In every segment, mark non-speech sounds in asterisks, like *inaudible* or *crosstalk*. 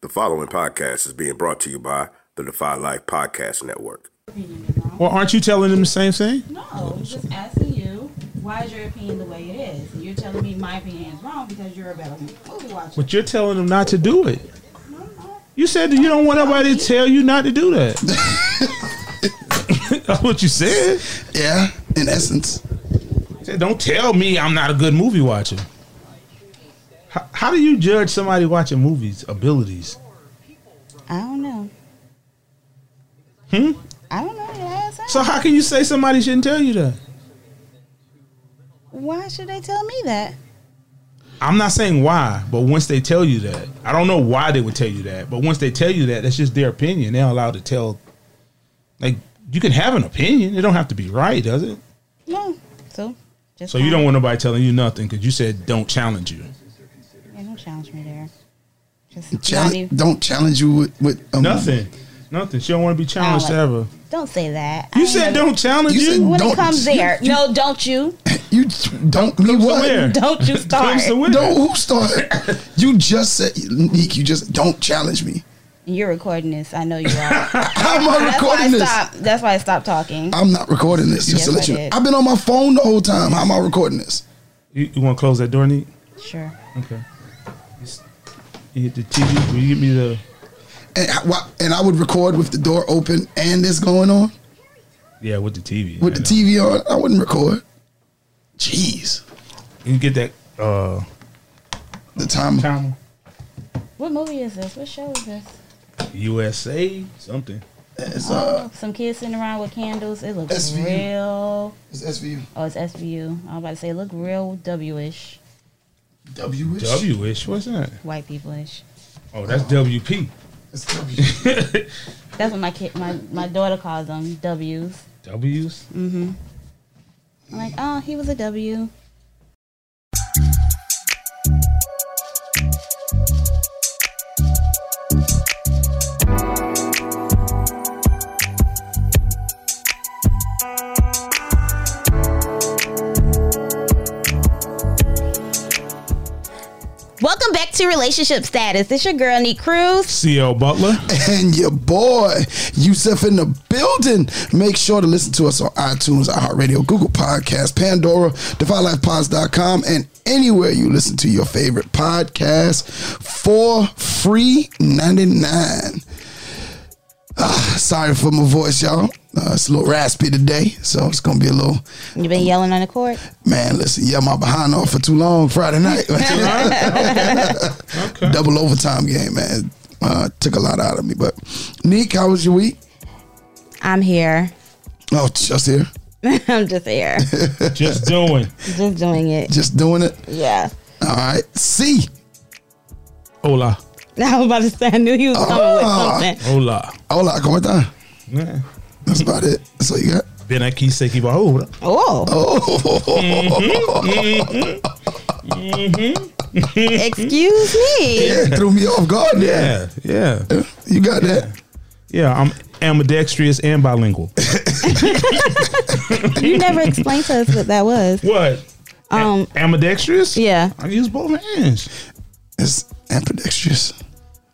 The following podcast is being brought to you by the Defy Life Podcast Network. opinion is wrong. Well, aren't you telling them the same thing? No, I'm just asking you, why is your opinion the way it is? And you're telling me my opinion is wrong because you're a better movie watcher. But you're telling them not to do it. No, I'm not. You said that you don't want nobody to tell you not to do that. *laughs* That's what you said. Yeah, in essence. You said, don't tell me I'm not a good movie watcher. How, how do you judge somebody watching movies' abilities? I don't know. Hmm? I don't know. You asked So how can you say somebody shouldn't tell you that? Why should they tell me that? I'm not saying why, but once they tell you that, I don't know why they would tell you that. But once they tell you that, that's just their opinion. They're allowed to tell. Like you can have an opinion; it don't have to be right, does it? No. So, just So you don't want nobody telling you nothing because you said don't challenge you. don't challenge me there. Just Challenge, Don't challenge you with, with um, Nothing, nothing. She don't want to be challenged I ever. Don't say that. You said don't challenge You you. said- When Don't- it comes there, you- no, don't you? *laughs* *laughs* You t- don't me what? where? Don't you start. Comes to where? Don't who started? *laughs* you just said, Nick. You just don't challenge me. You're recording this. I know you are. How am That's why I I recording this? stopped. That's why I stopped talking. I'm not recording this. Yes, Just to I let you know, did. I've been on my phone the whole time. How am I recording this? You, want to close that door, Neat? Sure. Okay. You hit the TV. Will you give me the? And I, why- and I would record with the door open and this going on Yeah, with the TV. with the I know. TV on. I wouldn't record. Jeez, You get that uh, the time. timer. What movie is this? What show is this? USA something. It's uh, Some kids sitting around with candles. It looks SVU. real. it's SVU. Oh, it's SVU. I was about to say, look real W-ish, W. W ish. What's that? white people-ish. Oh, that's *laughs* WP. It's W. That's what my kid, my, my daughter calls them, W's. W's. I'm like, oh, he was a W. Welcome back to Relationship Status. It's your girl, Nee Cruz. CL Butler. and your boy Yusef in the building. Make sure to listen to us on iTunes, iHeartRadio, Google Podcasts, Pandora, DivineLifePods.com, and anywhere you listen to your favorite podcast for free 99. Ah, sorry for my voice, y'all. Uh, it's a little raspy today, so it's gonna be a little You've been yelling on the court. man. Listen, yeah, my behind off for too long Friday night. Okay. Double overtime game, man. Uh, took a lot out of me, but Nick, how was your week? I'm here. *laughs* Oh, just here. I'm just here. Just doing. just doing it. Just doing it. Yeah. All right. C. Hola. *laughs* I was about to say, I knew he was coming Oh. Ah. with something. Hola. Hola, ¿cómo está? Yeah. That's about it. That's all you got. Then I keep saying, "Oh, Oh, Hmm. *laughs* excuse me. *laughs* Yeah, threw me off guard there. yeah, yeah, You got that. yeah." I'm ambidextrous and bilingual. You never explained to us what that was. What? Um, Ambidextrous? yeah. I use both hands. It's ambidextrous.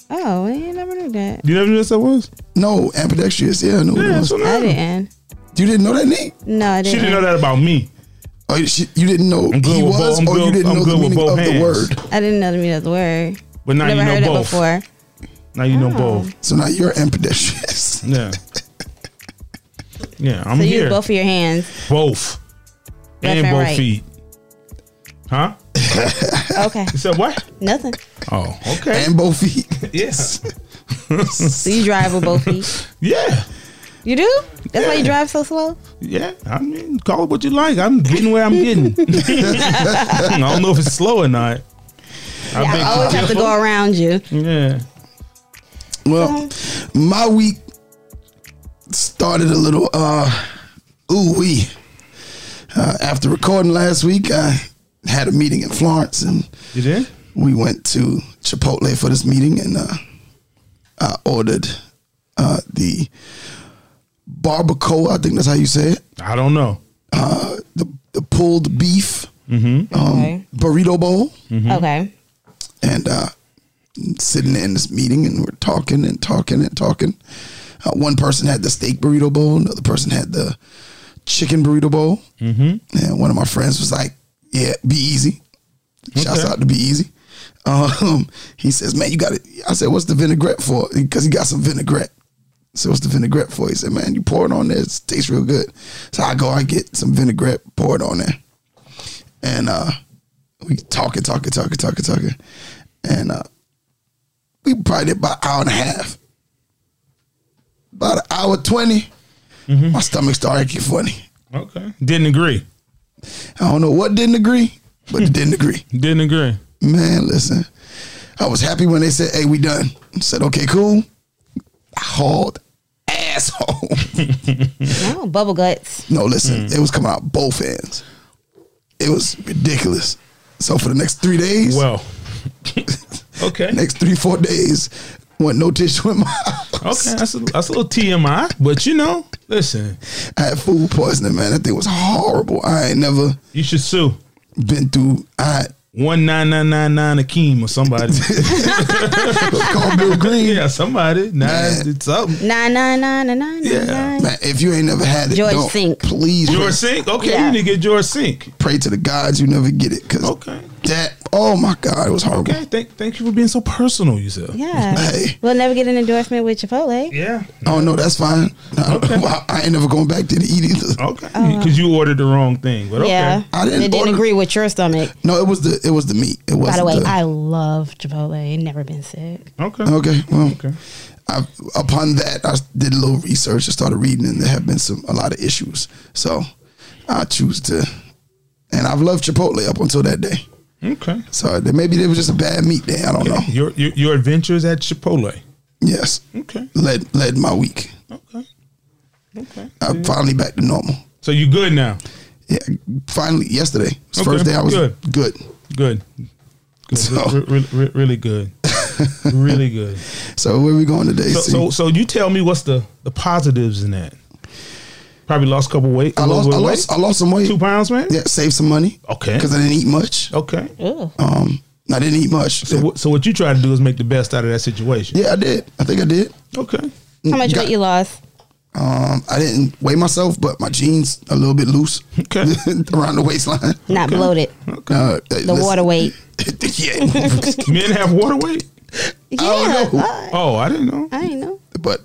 Oh, we ain't never knew that. You never knew what that was? No, ambidextrous. Yeah, no. Yeah, no. that's what I I did. didn't. You didn't know that, Nick? No, I didn't. She didn't know that about me. Oh, she, you didn't know I'm good he with both- was, I'm or you good- didn't I'm know good the with meaning both of the hands. word. I didn't know the meaning of the word. But now never you know heard both. it before. Now you know Oh. both. So now you're ambidextrous. *laughs* Yeah. Yeah, I'm So you here. use both of *laughs* your hands. both. Left and and both right. feet. Huh? Okay. You said what? Nothing. Oh, okay. and both feet. yes. So you drive with both feet. Yeah. You do? That's why you Yeah. drive so slow? Yeah, I mean, call it what you like. I'm getting where I'm getting. *laughs* I don't know if it's slow or not. I I think- always have to go around you. Yeah. Well, my week started a little uh ooh wee. Uh, after recording last week, I had a meeting in Florence and You did? we went to Chipotle for this meeting and uh, I ordered uh, the barbacoa. I think that's how you say it. I don't know. Uh, the the pulled beef Um, Okay. mm-hmm. burrito bowl, Okay. and uh, sitting in this meeting and we're talking and talking and talking. Uh, one person had the steak burrito bowl, another person had the chicken burrito bowl. Mm-hmm. And one of my friends was like, Yeah, be easy. Shouts Okay. out to be easy. Um, *laughs* he says, Man, you got it. I said, What's the vinaigrette for? Because he got some vinaigrette. So what's the vinaigrette for? He said, man, you pour it on there. It tastes real good. So I go, I get some vinaigrette, pour it on there. And uh, we talking, talking, talking, talking, talking. And uh, we probably did about an hour and a half. About an hour 20, my stomach started acting funny. Okay. Didn't agree. I don't know what didn't agree, but it didn't agree. Didn't agree. Man, listen. I was happy when they said, hey, we done. I said, okay, cool. I hauled asshole. No, bubble guts. *laughs* No, listen, it was coming out both ends. It was ridiculous. So for the next three days, Well. *laughs* okay. next three four days, went no tissue in my house. Okay. That's a, that's a little TMI, but you know, listen, I had food poisoning, man. That thing was horrible. I ain't never you should sue been through. I one nine nine nine nine Akeem or *laughs* somebody. called Bill *laughs* Green. yeah, somebody. Nah, Man. it's something. Nine, nine, nine, nine, nine, Yeah. nine. Man, if you ain't never had it, George don't. Sink. please George pray, Sink. Okay, Yeah. you need to get George Sink. pray to the gods you never get it because Okay. that. Oh my God, it was horrible. Okay. Thank thank you for being so personal, you said. Yeah. Hey. We'll never get an endorsement with Chipotle. Yeah. Oh no, that's fine. I, Okay. Oh. I ain't never going back to eat either. Okay. Because you ordered the wrong thing. But okay. Oh, Yeah. I didn't they didn't order- agree with your stomach. No, it was the it was the meat. It was By the way, the, I love Chipotle. Ain't never been sick. Okay. Okay. Well, Okay. I, upon that, I did a little research and started reading, and there have been some a lot of issues. So I choose to, and I've loved Chipotle up until that day. Okay. So there- maybe it was just a bad meat day. I *laughs* don't know. Your, your your adventures at Chipotle. Yes, Okay. led led my week. Okay. Okay. I'm finally back to normal. So you good now? Yeah, finally yesterday was the Okay, first day I was good. good. Good. Good. So- Re- re- re- really good. really *laughs* good. So where we going today? So, C? so so you tell me what's the the positives in that? Probably lost a couple weight. a I little lost bit I of weight? lost I lost some weight. two pounds, man. Yeah, saved some money. Okay. because I didn't eat much. Okay. Ooh. Um, I didn't eat much. So what so what you try to do is make the best out of that situation. yeah, I did. I think I did. Okay. How much Got- weight you lost? Um, I didn't weigh myself, but my jeans a little bit loose Okay. *laughs* around the waistline. Not bloated. Uh, The water weight. *laughs* yeah, *laughs* Men have water weight. Yeah. don't know. I, Oh, I didn't know. I ain't know. but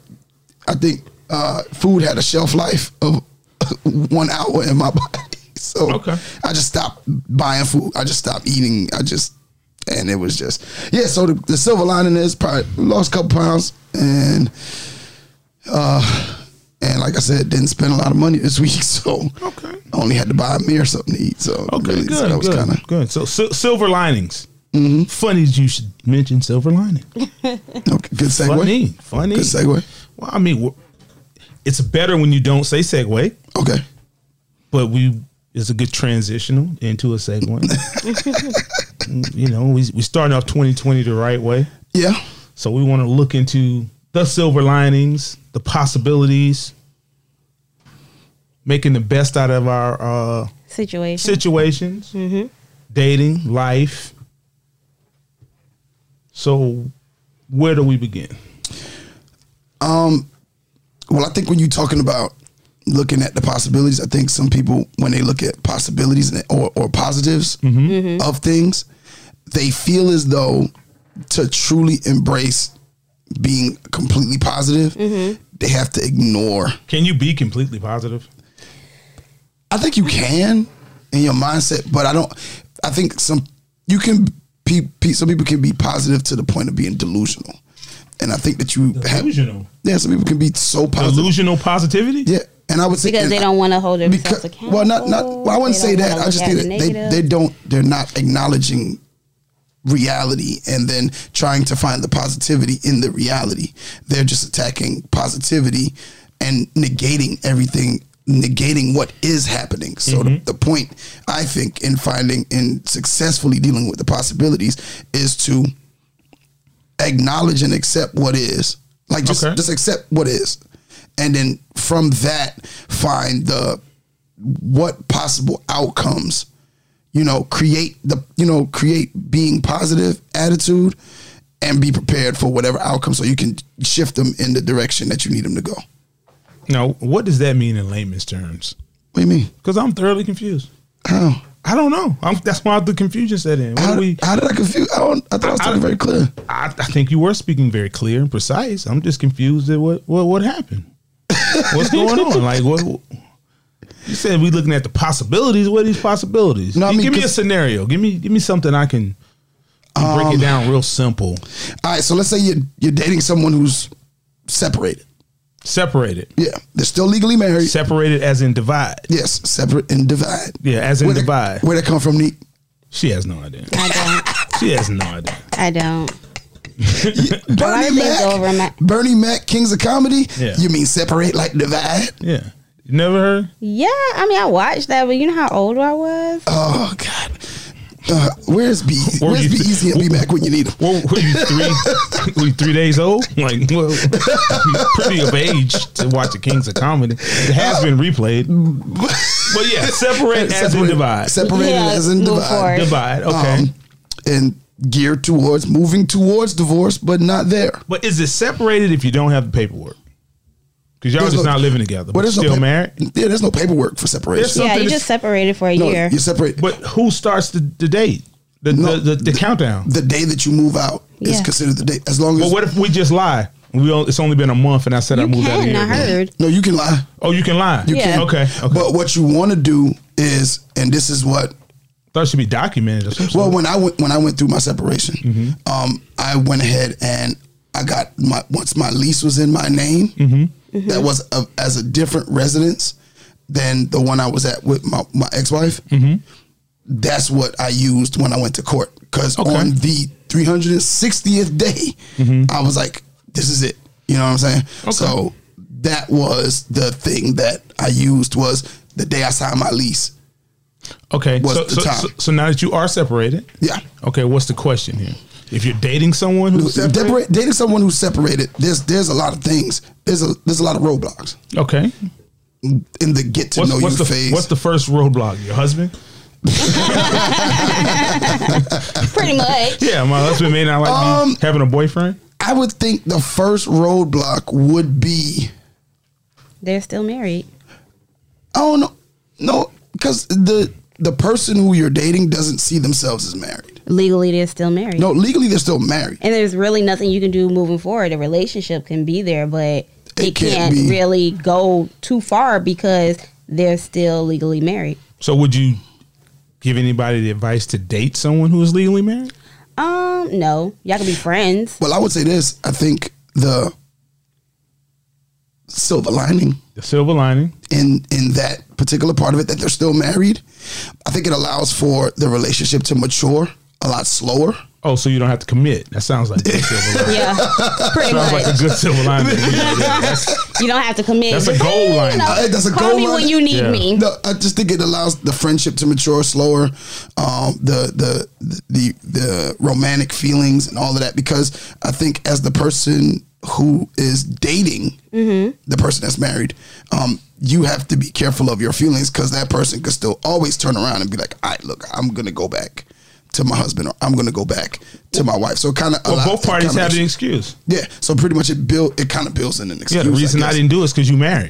I think uh, food had a shelf life of *laughs* one hour in my *laughs* body, so Okay. I just stopped buying food. I just stopped eating. I just and it was just yeah. So the, the silver lining is probably lost a couple pounds and uh and like I said, didn't spend a lot of money this *laughs* week, so Okay. I only had to buy me or something to eat. So Okay. really, good. so that was good. Mm-hmm. kind of good. So, sil silver linings. Funny you should mention silver lining. okay, good segue. Funny. Funny. Good segue. Well, I mean, wh- it's better when you don't say segue, Okay. but we it's a good transitional into a segue. you know, we we starting off 2020 the right way, Yeah. so we want to look into the silver linings, the possibilities, making the best out of our uh, Situation. situations, dating, life. So, where do we begin? Well, I think when you're talking about looking at the possibilities, I think some people when they look at possibilities and- or or positives Mm-hmm. of things, they feel as though to truly embrace being completely positive, Mm-hmm. they have to ignore. Can you be completely positive? I think you can in your mindset, but I don't. I think some you can pe- pe- some people can be positive to the point of being delusional, and I think that you have Delusional. yeah. Some people can be so positive, Delusional positivity? yeah. And I would say Because and they I- don't want to hold themselves because accountable. well, not not. Well, I wouldn't They say don't that. wanna I look just at think the that they negative. they don't. They're not acknowledging reality and then trying to find the positivity in the reality. They're just attacking positivity and negating everything, negating what is happening. So the, the point I think in finding and successfully dealing with the possibilities is to acknowledge and accept what is. Like just Okay. just accept what is. And then from that find the what possible outcomes. You know, create the you know, create being positive attitude and be prepared for whatever outcome so you can shift them in the direction that you need them to go. What Now, what does that mean in layman's terms? do you mean? Because I'm thoroughly confused. How? I don't know. I'm, that's why the confusion set in. What How, do we? how did I confuse? I, don't, I thought I was I- talking very clear. I, I think you were speaking very clear and precise. I'm just confused at what what, what *laughs* happened. What's going on? Like what? You said we looking at the possibilities. What are these possibilities? No, I mean, give me a 'cause- scenario. Give me give me something I can Um, break it down real simple. All right, so let's say you're, you're dating someone who's separated. Separated, Yeah, they're still legally married. separated as in divide. yes, separate and divide. Yeah, as in Where that- divide. Where that come from, Neek? She has no idea. I She has no idea. don't. I don't. lot Bernie of things Mac, over my- Bernie Mac, Kings of Comedy. Yeah. You mean separate like divide? Yeah, you never heard. Yeah, I mean, I watched that, but you know how old I was. Oh God, uh, where's B? Where Where's you B th- Easy and B Mac when you need them? Well, were you *laughs* three? were you three days old? Like, well, you're pretty of age to watch the Kings of Comedy. It has been replayed, but yeah, separate as in divide. Separated Yeah, as in move divide. forward. Divide, okay. Um, and geared towards moving towards divorce, but not there. but is it separated if you don't have the paperwork? Because y'all There's just no- not living together, Well, but there's no still pa- married. Yeah, there's no paperwork for separation. something yeah, you that's- just separated for a No, year. you separate. But who starts the, the date? The, No, the, the, the countdown. the day that you move out is Yeah. considered the date. As long as but what if we just lie? We all, it's only been a month, and I said I you moved out of can. here. I *laughs* heard. no, you can lie. Oh, you can lie. You Yeah. can. Okay. okay. But what you want to do is, and this is what Thought it should be documented. Or something. Well, when I went when I went through my separation, um, I went ahead and I got my once my lease was in my name, that was a, as a different residence than the one I was at with my, my ex wife. That's what I used when I went to court because Okay. on the 360th day, I was like, "This is it." You know what I'm saying? So that was the thing that I used was the day I signed my lease. Okay. was So, the so, time. so, so now that you are separated, Yeah. Okay, what's the question here? If you're dating someone who's Separate- separated, dating someone who's separated, there's there's a lot of things. There's a there's a lot of roadblocks okay. in the get to What's, know what's you the phase. what's the first roadblock? Your husband? Pretty much. Yeah, my husband may not like me Um, having a boyfriend. I would think the first roadblock would be They're still married. I don't know, no, because the the person who you're dating doesn't see themselves as married. Legally, they're still married. No, legally they're still married. And there's really nothing you can do moving forward. The relationship can be there, but it, It can't can't, be. really go too far because they're still legally married. So would you give anybody the advice to date someone who is legally married? Um, no, y'all can be *laughs* friends. Well, I would say this. I think the silver lining The silver lining. in in that particular part of it that they're still married. I think it allows for the relationship to mature a lot slower. Oh, so you don't have to commit. That sounds like a good silver lining. Yeah, pretty Sounds much. *laughs* like a good silver lining. Yeah, *laughs* yeah, that's- you don't have to commit. That's a Just, goal "Hey, line. know, Uh, that's a call goal me line. when you need Yeah. me. No, I just think it allows the friendship to mature slower, um, the, the the the romantic feelings and all of that. Because I think as the person who is dating the person that's married, um, you have to be careful of your feelings because that person could still always turn around and be like, "All right, look, I'm gonna go back to my husband, or I'm gonna go back to my wife." So it kind of well, both parties have an excuse. yeah. So pretty much it build it kind of builds in an excuse. Yeah, the reason I, guess. didn't do it is because you *laughs* married.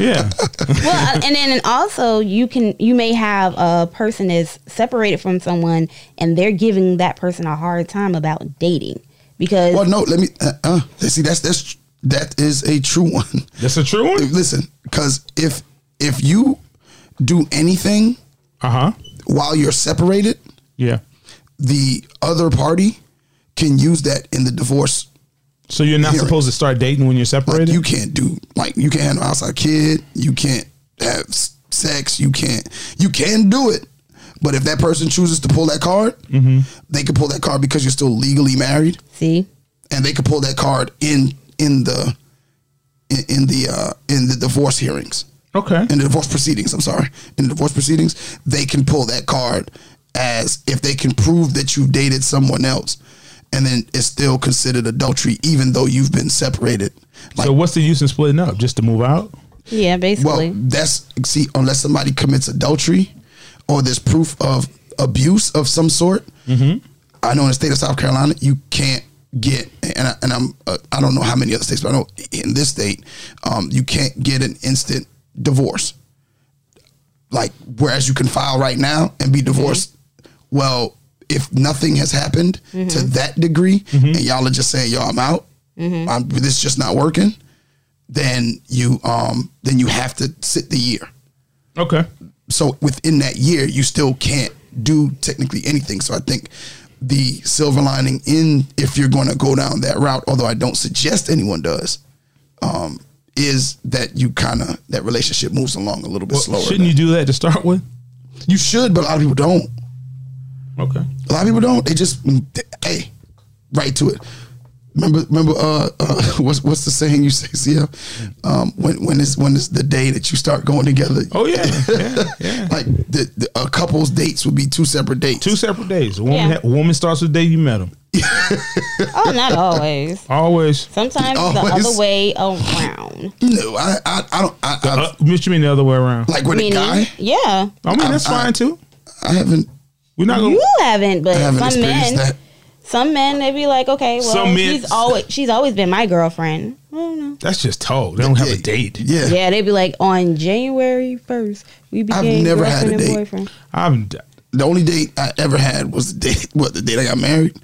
yeah. well, uh, and then also you can you may have a person that's separated from someone and they're giving that person a hard time about dating because Well, no, let me. Uh, uh, see, that's that's that is a true *laughs* one. That's a true one? Listen, because if if you do anything Uh huh. while you're separated, Yeah. the other party can use that in the divorce. So you're not Hearing. supposed to start dating when you're Like separated? you can't do like you can't have an outside kid. You can't have s- sex. You can't. You can do it. But if that person chooses to pull that card, they can pull that card because you're still legally married. see and they could pull that card in in the in, in the uh, in the divorce hearings okay. in the divorce proceedings. I'm sorry, in the divorce proceedings, they can pull that card as if they can prove that you dated someone else, and then it's still considered adultery even though you've been separated. Like, so what's the use in splitting up? Just to move out? yeah well, basically that's see, unless somebody commits adultery or there's proof of abuse of some sort. I know in the state of South Carolina, you can't get, and, I, and I'm, uh, I don't know how many other states, but I know in this state, um, you can't get an instant divorce. Like, whereas you can file right now and be divorced. Well, if nothing has happened to that degree, and y'all are just saying, "Yo, I'm out. I'm, this is just not working," then you, um, then you have to sit the year Okay. so within that year you still can't do technically anything so i think the silver lining in if you're going to go down that route although i don't suggest anyone does um, is that you kind of that relationship moves along a little bit slower Shouldn't you do that to start with? you should but a lot of people don't Okay. a lot of people don't they just hey right to it remember remember uh, uh *laughs* what's what's the saying you say cf um when when is when is the day that you start going together Oh *laughs* yeah. Yeah. Yeah. like the, the a couple's dates would be two separate dates Two separate days. A woman, Yeah. ha- a woman starts the day you met them. Oh, *laughs* not always. Always. Sometimes Always. the other way *laughs* around. No, I, I, I don't. I, I, Uh, what you mean the other way around? like with a Meaning, guy, yeah, I mean that's I- I- fine too. I haven't, We're not gonna. you haven't, but Oh. I haven't some experienced men, that. some men, they be like, okay, well, Some men- she's always, she's always been my girlfriend. Oh no. That's just told. They don't have a date. Yeah, Yeah, they be like on January first, we I've became never had girlfriend a and date. boyfriend. I'm d- *laughs* the only date I ever had was the date. *laughs* What the date I *laughs* got married?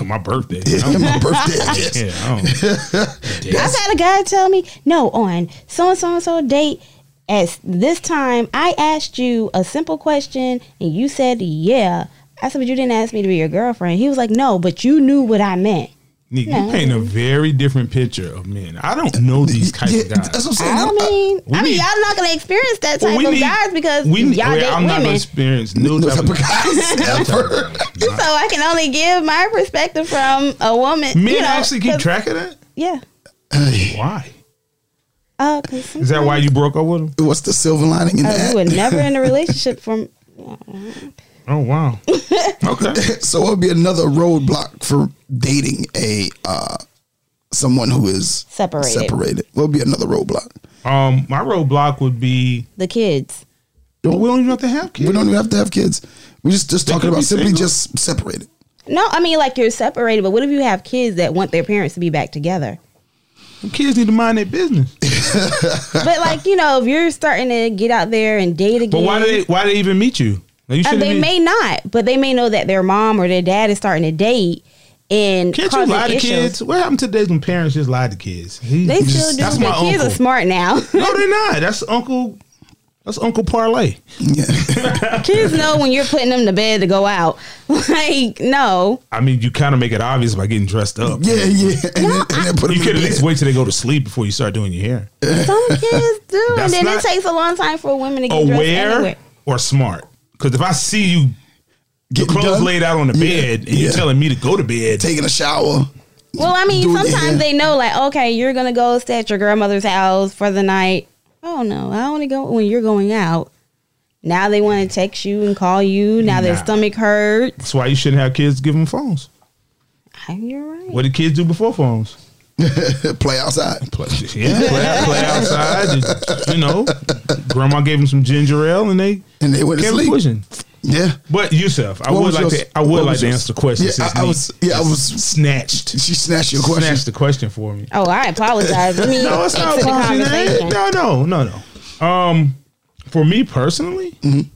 Oh my birthday. Yeah, I don't- my birthday. I guess. yeah, I don't- I've had a guy tell me, no, on so and so and so date at this time, I asked you a simple question and you said yeah. I said, but you didn't ask me to be your girlfriend. He was like, no, but you knew what I meant. Nigga, No. you paint a very different picture of men. I don't know these types Yeah, of guys. that's what I'm saying. I I'm- I- mean, we I mean, need- y'all not gonna experience that type we of need- guys because we, y'all well, date I'm not women. gonna experience no those type type of of *laughs* guys ever. so I can only give my perspective from a woman. Men you know, actually keep 'cause- track of that. Yeah. Hey, Why? Uh, 'cause Is that why you broke up with *laughs* him? What's the silver lining in sometimes, uh, we were that? never in a relationship from. Oh wow. Okay. *laughs* So it would be another roadblock for dating a uh, someone who is Separated. Separated. What would be another roadblock? Um, my roadblock would be the kids. well, we don't even have to have kids. We don't even have to have kids. We just just talking could about be simply single. just separated. No, I mean like you're separated, but what if you have kids that want their parents to be back together? kids need to mind their business. but like you know, if you're starting to get out there and date again, But why do they? Why do they even meet you? Now, you uh, shouldn't they be- may not, but they may know that their mom or their dad is starting to date and Can't you causing lie to issues. kids? What happened to days when parents just lie to kids? He- They he still just- do. But kids are *laughs* smart now. *laughs* No, they're not. That's Uncle. That's Uncle Parlay. Yeah. *laughs* kids know when you're putting them to bed to go out. *laughs* Like no, I mean, you kind of make it obvious by getting dressed up. Yeah, yeah. And, then, and then put You them could at in the least bed. wait till they go to sleep before you start doing your hair. *laughs* some kids do, That's and then not it takes a long time for a woman to get dressed Aware anywhere. or smart? Because if I see you Getting clothes done, laid out on the Yeah, bed and you're yeah. telling me to go to bed, taking a shower. Well, I mean, doing it, sometimes yeah. they know, like, okay, you're gonna go stay at your grandmother's house for the night. Oh no, I only go when you're going out. Now they want to text you and call you. Now their Nah. stomach hurts. that's why you shouldn't have kids give them phones. Ah, You're right. What did kids do before phones? Play outside. Play, yeah, play, play outside. you know, grandma gave them some ginger ale and they And they went to kept sleep. pushing. Yeah. But Yusuf, I What would was like yours? to. I What would was like to yours? answer the question. Yeah, since I- I Nick was- yeah, I was- snatched. She snatched your question. Snatched the question for me. Oh, I apologize. Let *laughs* me No, it's not exit the apology, conversation. man. No, no, no, no. Um, for me personally, Mm-hmm.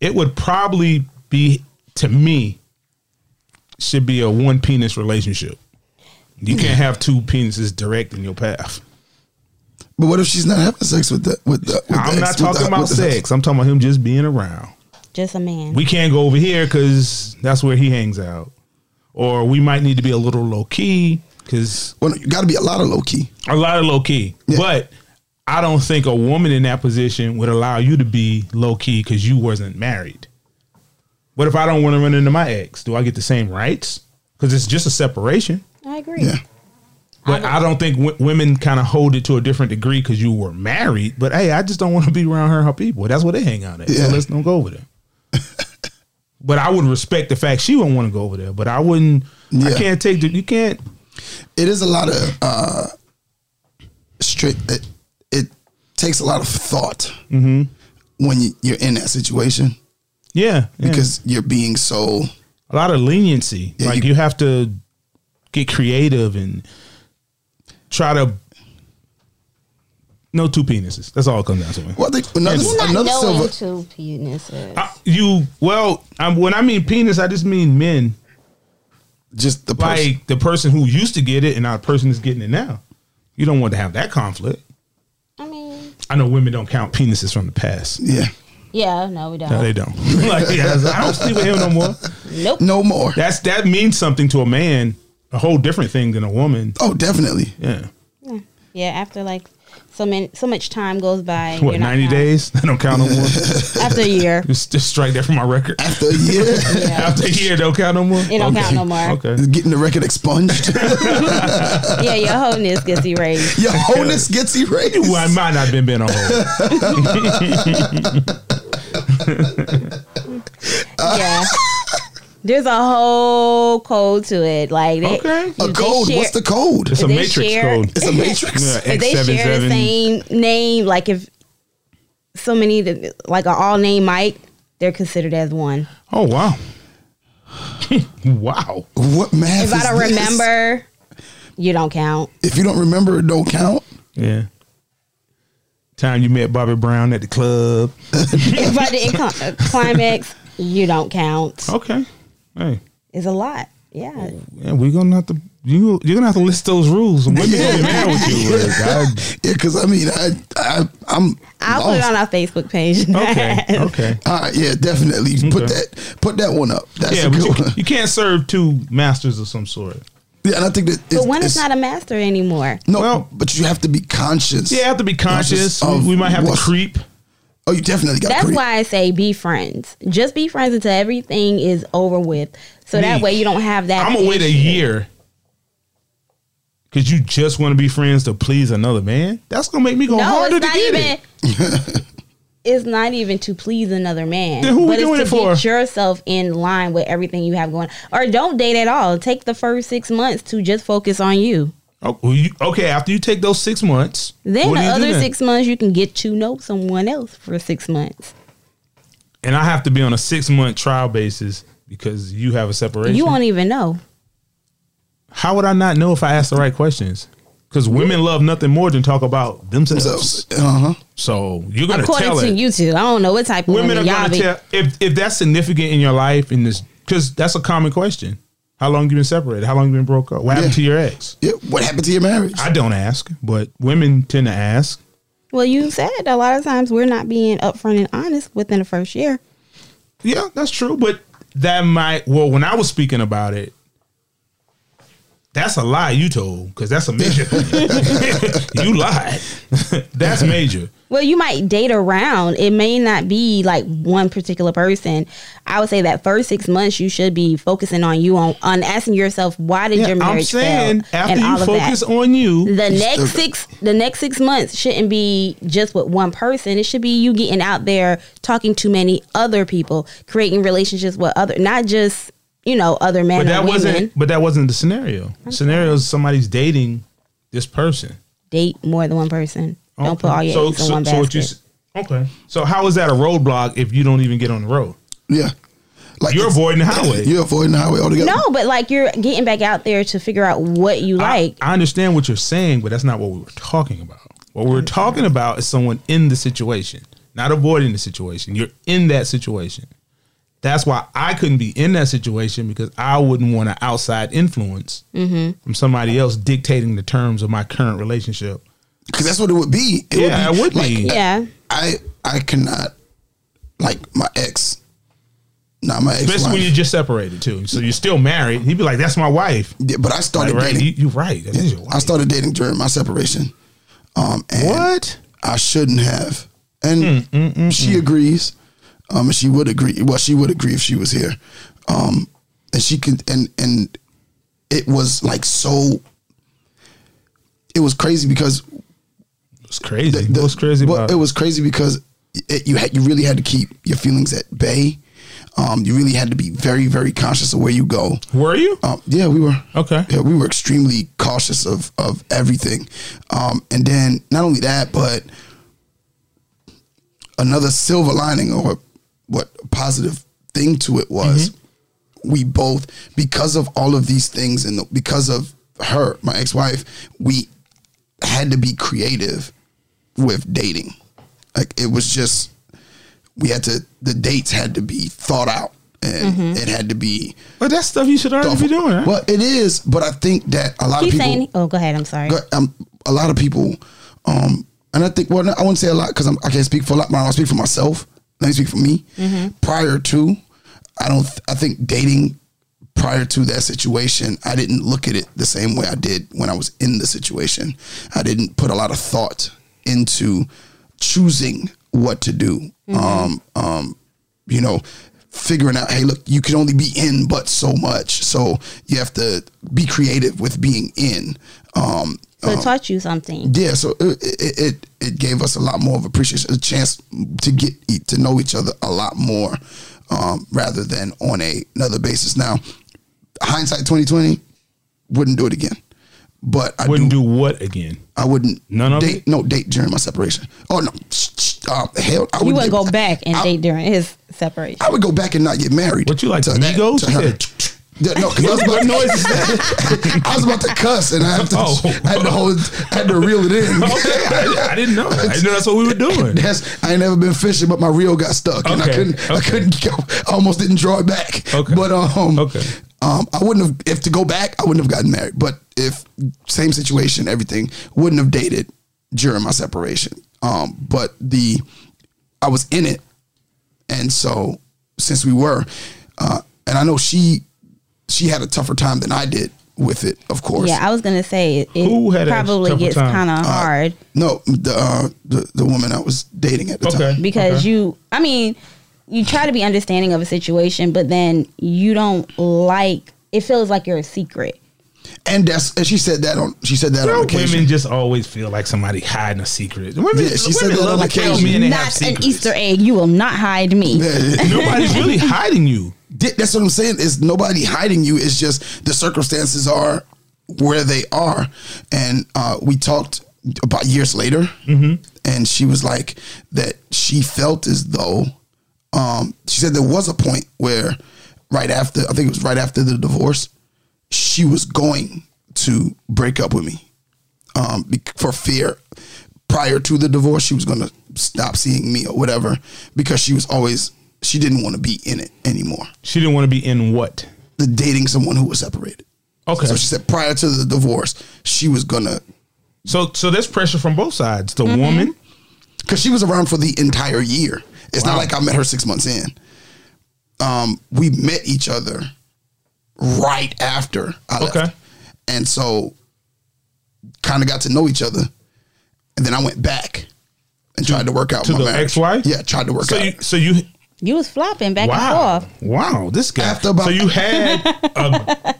it would probably be to me should be a one penis relationship. You can't have two penises direct in your path. But what if she's not having sex with the with the? With I'm the not ex- with talking the- about with the- sex. I'm talking about him just being around. Just a man. we can't go over here because that's where he hangs out. Or we might need to be a little low key because Well, you got to be a lot of low key. a lot of low key. Yeah. But I don't think a woman in that position would allow you to be low key because you wasn't married. What if I don't want to run into my ex? Do I get the same rights? Because it's just a separation. I agree. Yeah. But I don't think w- women kind of hold it to a different degree because you were married. But hey, I just don't want to be around her and her people. That's where they hang out at. Yeah. So let's don't go over there. *laughs* but I would respect the fact she wouldn't want to go over there. But I wouldn't. I Yeah. can't take the. You can't. It is a lot of uh, straight. It, it takes a lot of thought Mm-hmm. when you, you're in that situation Yeah. yeah. because you're being so a lot of leniency. Yeah, like you- you, have to get creative and try to. No two penises. That's all it comes down to. Man. Well, I think another, You're not another knowing silver. two penises. I, you well, i when I mean penis, I just mean men. Just the person. Like the person who used to get it and now the person is getting it now. You don't want to have that conflict. I mean, I know women don't count penises from the past. yeah. yeah, no, we don't. No, they don't. *laughs* like, yeah, I was like, I don't sleep with him no more. nope. No more. That's that means something to a man, a whole different thing than a woman. Oh, definitely. Yeah. Yeah, after like so many, so much time goes by. What, you're not 90 counting. days? *laughs* I don't count no more. *laughs* After a year, just, just strike that from my record. After a *laughs* year, yeah, After a year, don't count no more. it don't count no more. Okay. getting the record *laughs* expunged, Yeah, your wholeness gets erased. your wholeness gets erased. Well, I might not been been on hold. *laughs* *laughs* Yeah. There's a whole code to it. Like they, Okay. if A they code. share- What's the code? It's a They matrix share- code. *laughs* It's a matrix. Yeah, if they share the X77. same name, like if so many that- like an all name Mike, they're considered as one. Oh, wow. *laughs* wow. What math? If I don't is this? remember, you don't *laughs* count. if you don't remember, it don't count. Yeah. Time you met Bobby Brown at the club. if I didn't cl- uh, climax, you don't count. Oh. Okay. Hey. It's a lot. Yeah. Yeah, we're gonna have to you you're gonna have to list those rules. Women gonna be mad with you. *laughs* Like, I, Yeah, because I mean, I, I, I'm. I'll put it on our Facebook page. *laughs* okay, okay. All right, yeah, definitely put Okay. that put that one up. That's Yeah, a but good you, one. you can't serve two masters of some sort. Yeah, and I think that it's, But one is it's- not a master anymore. No, Well- but you have to be conscious. Yeah, you have to be conscious. Conscious of we, we might have to what's- creep. Oh, you definitely got. That's creep. why I say be friends. Just be friends until everything is over with. So that Me. way you don't have that. I'm gonna wait a issue. year. Cause you just want to be friends to please another man. That's gonna make me go No, harder to it's not get even. it. It's not even to please another man, Then who we but doing it's it to for? get yourself in line with everything you have going. Or don't date at all. Take the first six months to just focus on you. Oh, well, you- okay, after you take those six months, Then what the do you do other six months, you can get to know someone else for six months. and I have to be on a six month trial basis because you have a separation. You won't even know. How would I not know if I asked the right questions? Because women love nothing more than talk about themselves. Uh huh. So you're gonna According tell to it. you two, I don't know what type of women women, are y'all gonna be. tell if if that's significant in your life in this because that's a common question. How long you been separated? How long you been broke up? What happened Yeah. to your ex? Yeah. What happened to your marriage? I don't ask, but women tend to ask. Well, you said a lot of times we're not being upfront and honest within the first year. Yeah, that's true. But that might well when I was speaking about it, that's a lie you told because that's a major. *laughs* you lied. that's major. Well, you might date around. It may not be like one particular person. I would say that first six months you should be focusing on you on, on asking yourself why did your I'm marriage saying fail after and you all of focus that. on you, The next still- six the next six months shouldn't be just with one person. It should be you getting out there talking to many other people, creating relationships with other not just, you know, other men but or that women. wasn't. But that wasn't the scenario. Scenario is somebody's dating this person. Date more than one person. Don't put all your eggs in one basket. what you s- okay. So how is that a roadblock if you don't even get on the road? yeah. Like You're it's- avoiding the highway. You're avoiding the highway altogether. no, but like you're getting back out there to figure out what you like. I, I understand what you're saying, but that's not what we were talking about. What we were talking about is someone in the situation, not avoiding the situation. You're in that situation. That's why I couldn't be in that situation because I wouldn't want an outside influence from somebody else dictating the terms of my current relationship. because that's what it would be. It Yeah, would be, it would like, be. yeah. I I cannot like my ex, not my ex. Especially when you're just separated too. So you're still married. He'd be like, That's my wife. yeah, but I started right. dating. You, you're right. That is your wife. I started dating during my separation. Um, and What? Mm, I shouldn't have, and she agrees. Um, and she would agree. Well, she would agree if she was here. Um, and she could, and and it was like so. It was crazy because It's crazy. the- What's crazy well, about it was crazy because it, you had you really had to keep your feelings at bay. Um, you really had to be very very conscious of where you go. Were you? Um, yeah, we were Okay. Yeah, we were extremely cautious of of everything, um, and then not only that, but another silver lining or what positive thing to it was we both because of all of these things and the, because of her, my ex-wife, we had to be creative with dating. Like it was just we had to the dates had to be thought out and it had to be But that's stuff you should already be doing. Right? well, it is, but I think that a lot Keep of people saying. Oh, go ahead. I'm sorry. but, um, a lot of people, um, and I think, well, I wouldn't say a lot because I can't speak for a lot, but I'll speak for myself. Let me speak for me. Prior to, I don't, th- I think dating prior to that situation, I didn't look at it the same way I did when I was in the situation. I didn't put a lot of thought into choosing what to do. Um, um, you know, figuring out, hey, look, you can only be in but so much. So you have to be creative with being in. Um, so uh-huh. it taught you something. yeah, so it, it it- it gave us a lot more of appreciation, a chance to get e- to know each other a lot more, um, rather than on a, another basis. Now, hindsight twenty twenty, wouldn't do it again, but I Wouldn't do, do what again? I wouldn't None of date, it? No date during my separation. Oh no, uh, hell, I You wouldn't get- go back and I- date during his separation. I would go back and not get married. What you like, to that- Migos? to her. You said- Yeah, no, 'cause I was *laughs* about to noise *laughs* I was about to cuss, and I had to, Oh. I had to hold, I had to reel it *laughs* in. Okay, I, I *laughs* didn't know. I didn't know that's what we were doing. *laughs* That's I ain't never been fishing, but my reel got stuck, and I Okay, couldn't, I okay. couldn't, *laughs* go, I almost didn't draw it back. Okay. but um, Okay. um, I wouldn't have if to go back, I wouldn't have gotten married. But if same situation, everything wouldn't have dated during my separation. Um, but the I was in it, and so since we were, uh, and I know she she had a tougher time than I did with it, of course. Yeah, I was gonna say it, it Who had a probably tougher Uh, gets time? kind of hard No, the, uh, the the woman I was dating at the Okay. time. because Okay. you. I mean, you try to be understanding of a situation, but then you don't like. It feels like you're a secret. And that's and she said that on she said that Girl, on occasion. women just always feel like somebody hiding a secret. Women, Yeah, she said women that on love to tell occasion. men they have Not an secrets. Easter egg. You will not hide me. *laughs* Yeah, yeah. Nobody's really hiding you. Th- that's what I'm saying. Is nobody hiding you? It's just the circumstances are where they are. And uh, we talked about years later, and she was like that. She felt as though um, she said there was a point where, right after I think it was right after the divorce, she was going to break up with me um, bec- for fear. Prior to the divorce, she was going to stop seeing me or whatever because she was always she didn't want to be in it anymore. She didn't want to be in what? The dating someone who was separated. Okay. So she said prior to the divorce, she was gonna So so there's pressure from both sides. Mm-hmm. The woman, because she was around for the entire year. It's not Wow. like I met her six months in. Um, we met each other right after I left, Okay. and so kind of got to know each other. And then I went back and tried to work out to my the marriage. ex-wife? Yeah, tried to work so out. you so you You was flopping back wow and forth. wow this guy. After about- so you had *laughs* a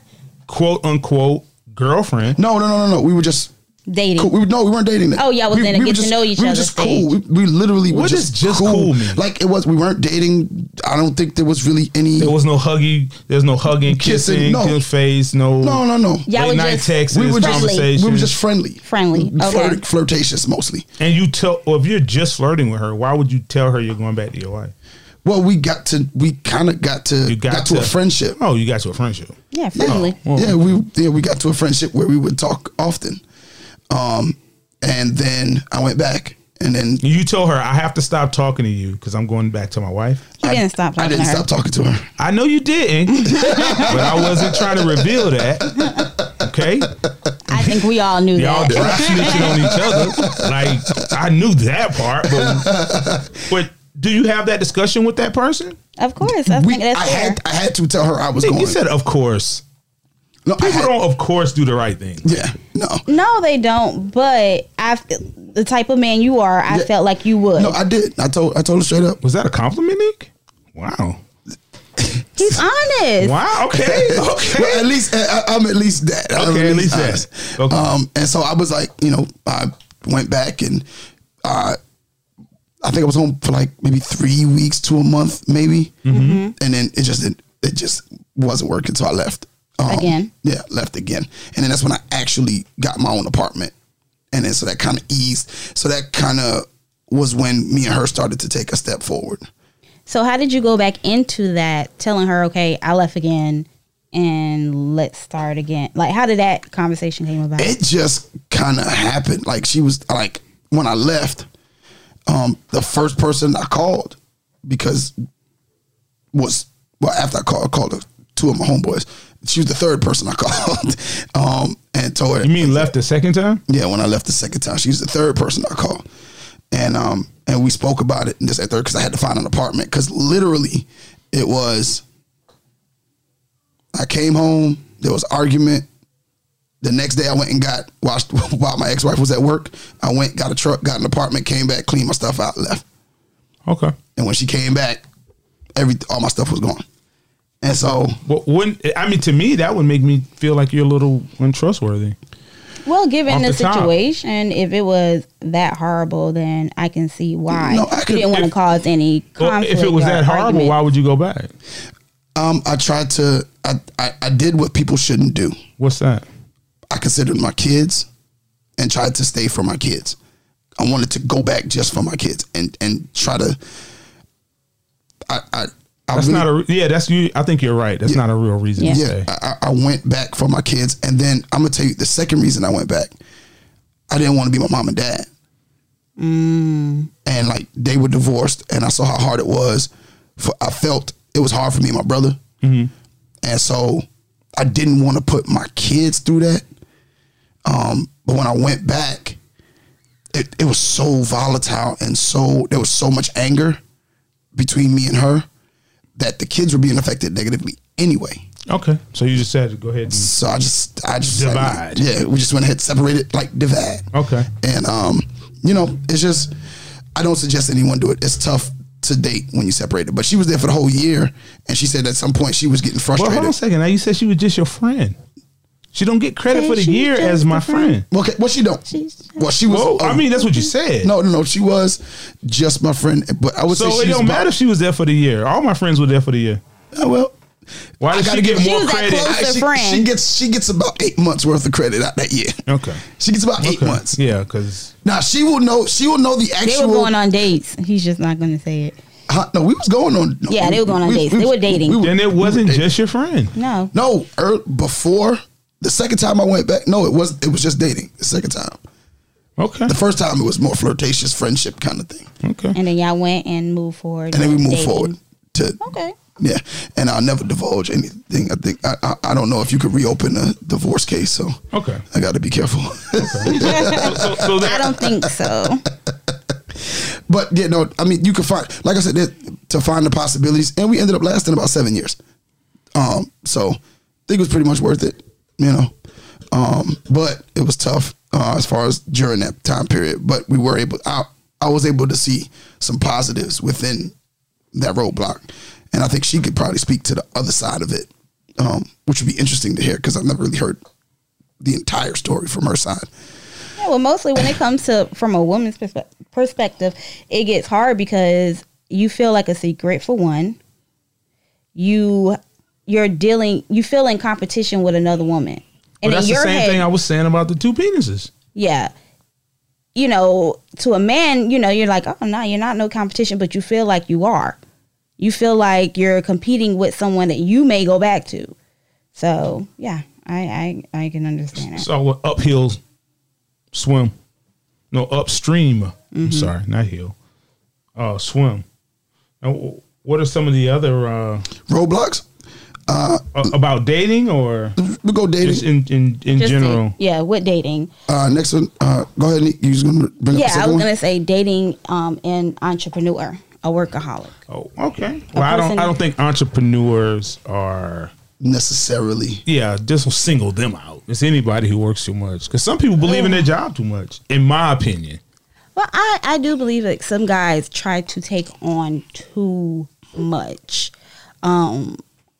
quote unquote girlfriend. no, no, no, no, no. We were just Dating. cool. We, were- no, we weren't dating. then. Oh, y'all was we, in a were get to know each we were other just cool. We, we literally were What does just, just cool. cool mean? Like it was. We weren't dating. I don't think there was really any. There was no huggy. There's no hugging, kissing, Kissing, no. good face, no no, no, no. Y'all late were night just texts, we were just conversations. we were just friendly, Friendly, okay. Flirt- flirtatious mostly. and you tell well, if you're just flirting with her, why would you tell her you're going back to your wife? Well, we got to we kind of got to You got, to, a friendship. Oh, you got to a friendship. Yeah, friendly. Yeah, we yeah we got to a friendship where we would talk often, um, and then I went back, and then You tell her I have to stop talking to you because I'm going back to my wife. He didn't stop I talking didn't to her. stop talking to her. I know you didn't, *laughs* but I wasn't trying to reveal that. Okay, I think we all knew *laughs* y'all that. dry snitching on each other. Like I knew that part, but but do you have that discussion with that person? *laughs* Of course, I We, think that's I fair. had I had to tell her I was Dude, going. you said, of course. no, I People had, don't, of course, do the right thing. yeah, no. no, they don't. But I, the type of man you are, I Yeah. felt like you would. No, I did. I told I told her straight up. Was that a compliment, Nick? Wow. He's honest. Wow. Okay. *laughs* Well, at Okay. least I, I- I'm at least that. I'm Okay, at least that. honest. Okay. Um, and so I was like, you know, I went back and uh, I think I was home for like maybe three weeks to a month, maybe, Mm-hmm. and then it just didn't, it just wasn't working, so I left Um, Again. Yeah, left again, and then that's when I actually got my own apartment, and then so that kind of eased. So that kind of was when me and her started to take a step forward. So how did you go back into that, telling her, okay, I left again, and let's start again? Like, how did that conversation came about? it just kind of happened. Like she was like when I left, um, the first person I called because was well after I called I called two of my homeboys. She was the third person I *laughs* called um, and told her. You mean left the second time? Yeah, when I left the second time, she was the third person I called, and um and we spoke about it and this at third because I had to find an apartment because literally it was. I came home. There was argument. The next day, I went and got watched *laughs* while my ex wife was at work. I went, got a truck, got an apartment, came back, cleaned my stuff out, left. Okay. And when she came back, every all my stuff was gone. And so Well, wouldn't I mean to me that would make me feel like you're a little untrustworthy. Well, given Off the, the top. situation, if it was that horrible, then I can see why No, I you could- didn't want to if- cause any Well, conflict. if it was or that horrible, argument. why would you go back? um, I tried to I, I I did what people shouldn't do. What's that? I considered my kids and tried to stay for my kids. I wanted to go back just for my kids and and try to. I I, I That's really- not a re- yeah. That's you. I think you're right. That's not a real reason Yeah. to yeah. say. I, I I went back for my kids, and then I'm gonna tell you the second reason I went back. I didn't want to be my mom and dad, and like they were divorced, and I saw how hard it was. For I felt it was hard for me and my brother, and so I didn't want to put my kids through that. Um, but when I went back, it, it was so volatile and so there was so much anger between me and her that the kids were being affected negatively anyway. Okay, so you just said go ahead. And, So I just, I just like, Divide. yeah, we just went ahead, separated, like divide. okay, And um, you know, it's just, I don't suggest anyone do it. It's tough to date when you separate it. But she was there for the whole year, and she said at some point she was getting well, frustrated. hold on a second. Now you said she was just your friend. She don't get credit Said for the she was year just as my a friend. friend. Well, okay, well, she don't. She's- well, she was. Well, I oh, mean that's what you said. no, no, no. She was just my friend, but I would so say it she's don't about- matter if she was there for the year. All my friends were there for the year. Oh, well, Why I did gotta she get give- She more was that credit? close. Closer she, friend. she gets she gets about eight months worth of credit out that year. Okay, She gets about eight Okay. months. Yeah, because Now she will know. She will know the They actual. were going on dates. He's just not going to say it. Huh? no, we was going on. no, Yeah, they were going on dates. They were dating. then it wasn't we were just your friend. No. No, er, before the second time I went back, no, it was it was just dating. The second time, Okay, the first time it was more flirtatious, friendship kind of thing, okay. And then y'all went and moved forward. and then we with moved dating. forward to Okay. yeah. And I'll never divulge anything. I think I I, I don't know if you could reopen a divorce case, so Okay. I got to be careful. So, so, so I that, don't think *laughs* so. but yeah, no, I mean you can find like I said there, to find the possibilities, and we ended up lasting about seven years. Um, so I think it was pretty much worth it, you know. Um, but it was tough uh, as far as during that time period. But we were able. I I was able to see some positives within that roadblock, and I think she could probably speak to the other side of it, um, which would be interesting to hear because I've never really heard the entire story from her side. Yeah, well, mostly when it comes to from a woman's perspe- perspective, it gets hard because you feel like a secret for one. You you're dealing. You feel in competition with another woman, but and that's in the your same head, thing I was saying about the two penises. yeah. You know, to a man, you know, you're like, oh no, you're not no competition, but you feel like you are. You feel like you're competing with someone that you may go back to. So yeah, I I, I can understand that. So uh, uphill swim. No, upstream. Mm-hmm. I'm sorry, not hill. Uh, swim. Now, wh- what are some of the other uh, Roadblocks. a- about dating or We go dating. just in in, in Just to- general? yeah, with dating. Uh, next one. Uh, go ahead. Nick. You was gonna bring Yeah, up I the second was one. gonna say dating um and entrepreneur, a workaholic. Oh, okay. Well, I don't. person- I don't think entrepreneurs are. Necessarily. Yeah, just single them out. It's anybody who works too much because some people believe in their job too much. In my opinion, Well, I I do believe that some guys try to take on too much. Um,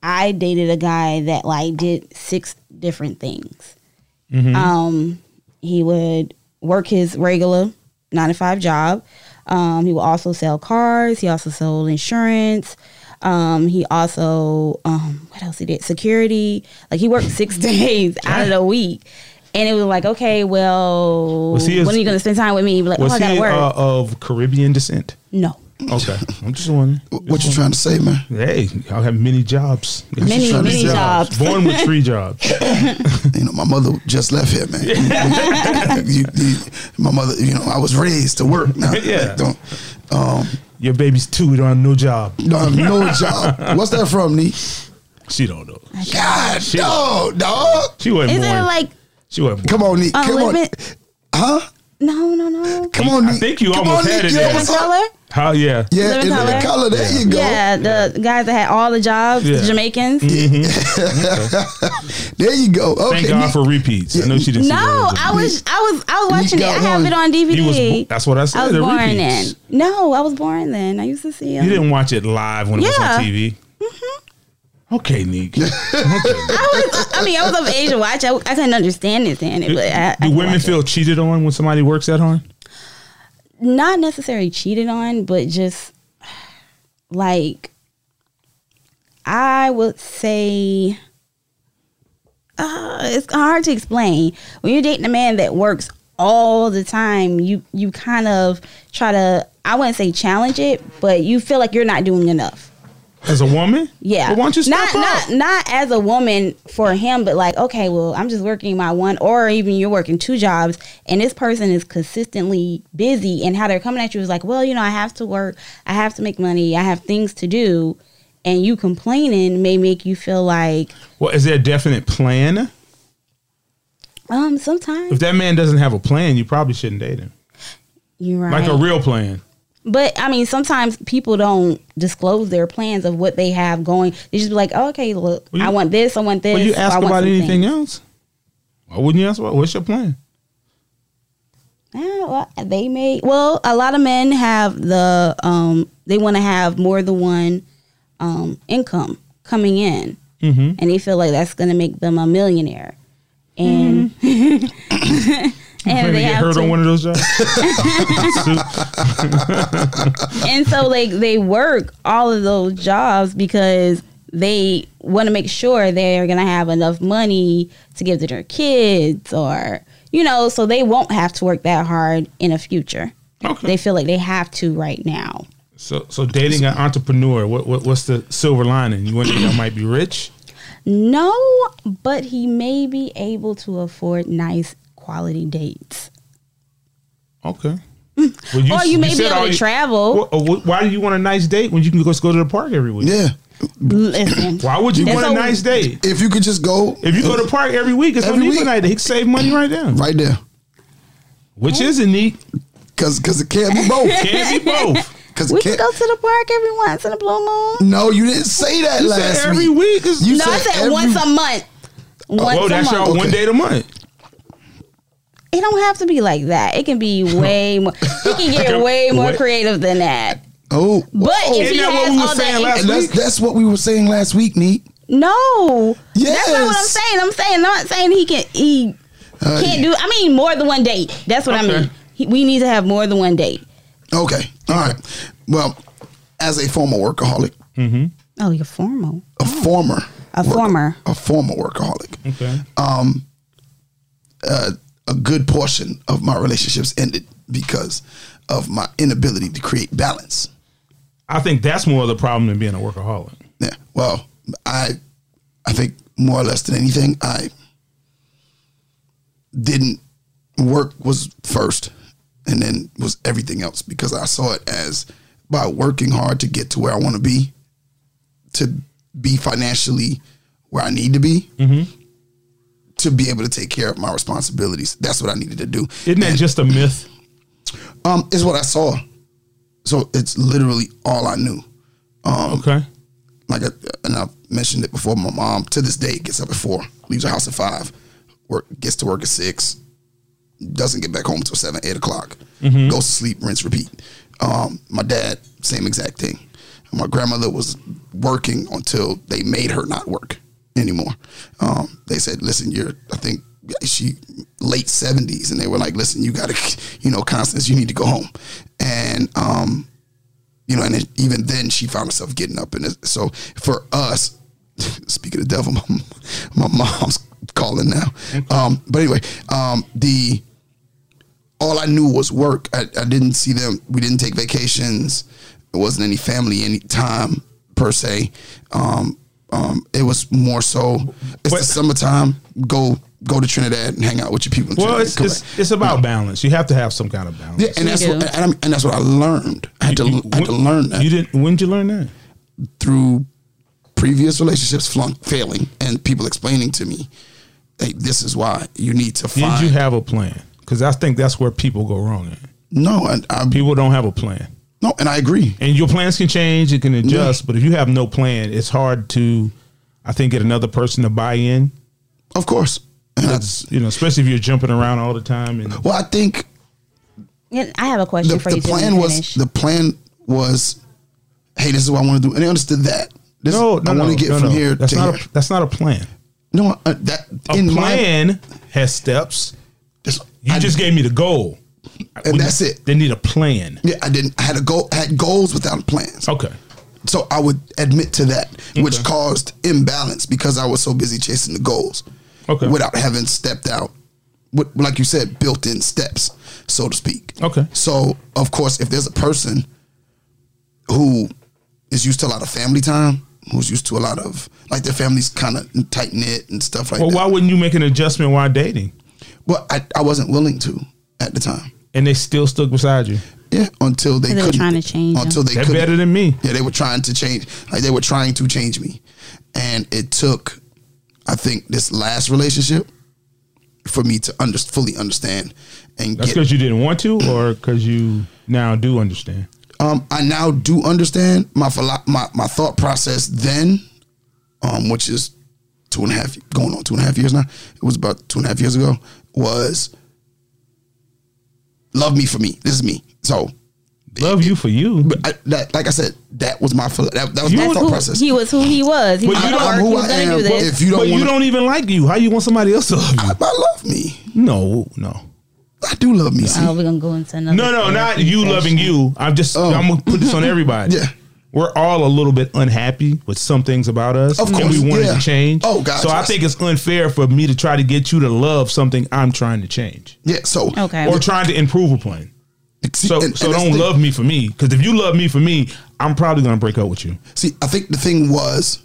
I dated a guy that like did six different things. Um, he would work his regular nine to five job. Um, he would also sell cars. He also sold insurance. Um, he also um, what else he did? Security. Like he worked six *laughs* days out of the week, and it was like, okay, well, Was he a- when are you gonna spend time with me? He'd be like, oh, was I he gotta work. uh, of Caribbean descent? no, *laughs* Okay, I'm just wondering. What you trying to say, man? Hey, y'all have many jobs. Y'all Many, have many jobs. Born with three jobs. You know, my mother just left *laughs* here, man. You- you- my mother, you know, I was raised to work. *laughs* Now, Yeah. Like, don't, um, Your baby's two. Don't have no job. no, I have no job. What's that from, Nee? She don't know. God, no, dog. She wasn't Isn't born. it like she wasn't born. Come on, Nee. Come on. unlimited? Huh? No, no, no. Come on, I Nee. think you Come almost on, had Nee. it Give there. us Living some- color? How? Yeah. Yeah, Living in color? the color. There you go. Yeah, the guys that had all the jobs, Yeah. the Jamaicans. There you go. Okay. Thank God Nee. for repeats. I know she didn't. see No, the original. I was, I was, I was watching it. got I have it one. on He was. DVD. bo- That's what I said. I was the born repeats. then. No, I was born then. I used to see him. You didn't watch it live when it was Yeah. Mm-hmm. on TV. Okay, Neek. I was. I mean, I was of age to watch. I, I couldn't understand it then. But I, I Do could women watch it. feel cheated on when somebody works that hard? not necessarily cheated on, but just *sighs* like I would say uh, it's hard to explain. When you're dating a man that works all the time, you you kind of try to I wouldn't say challenge it, but you feel like you're not doing enough. As a woman? Yeah. Well, why don't you step not, up? Not, not as a woman for him, but like, okay, well, I'm just working my one, or even you're working two jobs, and this person is consistently busy, and how they're coming at you is like, well, you know, I have to work, I have to make money, I have things to do, and you complaining may make you feel like, well, is there a definite plan? um, If sometimes that man doesn't have a plan, you probably shouldn't date him. you're right. Like a real plan. But I mean, sometimes people don't disclose their plans of what they have going. They just be like, oh, okay, look, Well, you- I want this, I want this. But you I ask want about some anything things." else? Why wouldn't you ask about what's your plan? Yeah, Ah, well, they may. Well, a lot of men have the um, they want to have more than one um income coming in, mm-hmm. and they feel like that's going to make them a millionaire, and *laughs* Plan and to Mm-hmm. they get have hurt on one of to, those jobs? *laughs* and so like they work all of those jobs because they want to make sure they're going to have enough money to give to their kids or you know so they won't have to work that hard in the future. Okay. They feel like they have to right now. so, so dating an entrepreneur, what, what what's the silver lining? You want to might be rich? No, but he may be able to afford nice quality dates. Okay. Well, you, or you you may be said all able to you- travel. Wh- uh, wh- Why do you want a nice date when you can just go to the park every week? Yeah. Listen. Why would you And want a so- nice date? If you could just go If you go to the park every week, it's Every every week. week. night. He can save money right there, right there. which isn't neat. Cause, cause it can't *laughs* be both. Can be both. Cause We it can go can't. to the park every once in a blue moon. No, you didn't say that You last said every week. week is You No, I said every- once a month. Once Oh, well, a that's month. y'all one Okay. day a month. It don't have to be like that. It can be *laughs* way more. He can get way more Wait. creative than that. Oh, But if Isn't he that what has we were all saying that, last and that's that's what we were saying last week, Neat. no, that's not what I'm Yes. saying. I'm saying not saying he can he can't do. I mean more than one date. That's what Uh, Okay. I mean. He, we need to have more than one date. Okay, all right. Well, as a former workaholic, Oh, you're formal. a former, A work- former. a former workaholic, Okay. a good portion of my relationships ended because of my inability to create balance. I think that's more of the problem than being a workaholic. Yeah. Well, I I think more or less than anything, I didn't work was first and then was everything else because I saw it as by working hard to get to where I want to be, to be financially where I need to be. To be able to take care of my responsibilities, that's what I needed to do. Isn't that just a myth? Um, is what I saw. So it's literally all I knew. Okay. like I, and I've mentioned it before. My mom to this day gets up at four, leaves her house at five, work gets to work at six, doesn't get back home till seven, eight o'clock, goes to sleep, rinse, repeat. Um, my dad, same exact thing. My grandmother was working until they made her not work anymore. Um, they said, "Listen, you're I think she late seventies, and they were like, "Listen, you got to, you know, Constance, you need to go home." And um, you know, and it, even then she found herself getting up. And it, so for us, *laughs* speaking of devil, *laughs* my, my mom's calling now. Um, but anyway, um, the all I knew was work. I, I didn't see them. We didn't take vacations. It wasn't any family any time per se. Um, um, it was more so it's the What- summertime. Go go to Trinidad and hang out with your people. In Well, Trinidad. it's, Come it's back. it's about balance. You have to have some kind of balance. Yeah, and that's You what, do. and, I'm- and that's what I learned. I had to You- I had to when- learn that You didn't. When did you learn that? through previous relationships flunk failing and people explaining to me, hey, this is why you need to Did find. you have a plan? Because I think that's where people go wrong. At. no, and I People don't have a plan, no, and I agree. and your plans can change. It can adjust, but if you have no plan, it's hard to, I think, get another person to buy in. Of course, and I, You know, especially if you're jumping around all the time. And well, I think Yeah, I have a question the, for you. the too when plan you was finish. the plan was, hey, this is what I want to do, and they understood that. This, no, no, I want no, to get no, from no. here That's to not here. a that's not a plan. no, uh, that A in my plan has steps. this- You I- just gave me the goal, and that's it. They need a plan. Yeah, I didn't. I had a goal. I had goals without plans. Okay, So I would admit to that, which caused imbalance because I was so busy chasing the goals Okay. without having stepped out. With, like you said, built in steps, so to speak. Okay. So, of course, if there's a person who is used to a lot of family time, who's used to a lot of, like their family's kind of tight knit and stuff like well, that. why wouldn't you make an adjustment while dating? Well, I, I wasn't willing to at the time. And they still stuck beside you. Yeah, until they, They were couldn't. trying to change Until they They're couldn't. better than me. Yeah, they were trying to change. Like they were trying to change me, and it took, I think, this last relationship for me to under, fully understand and That's get. because you didn't want to, or because you now do understand. Um, I now do understand my philo- my my thought process then, um, which is two and a half going on two and a half years now. It was about two and a half years ago. Was love me for me. This is me. So. Love you for you, but I, that, like I said, that was my philo- that, that was my That's thought who, process. He was who he was. He But was you gonna don't- work, who he was I gonna am, do but this. if you don't you wanna- don't even like you. How you want somebody else to love you? I, I love me. No, no, I do love me. see? Oh, we're gonna go into another. no, no, not therapy you session. loving you. I'm just Oh. I'm gonna put this on everybody. *laughs* Yeah. We're all a little bit unhappy with some things about us, Of and course, we wanted yeah. to change. Oh, God, So I yes. think it's unfair for me to try to get you to love something I'm trying to change yeah. So Okay. or trying to improve upon. see, So, and- so and that's don't the thing. love me for me, because if you love me for me, I'm probably gonna break up with you. See, I think the thing was,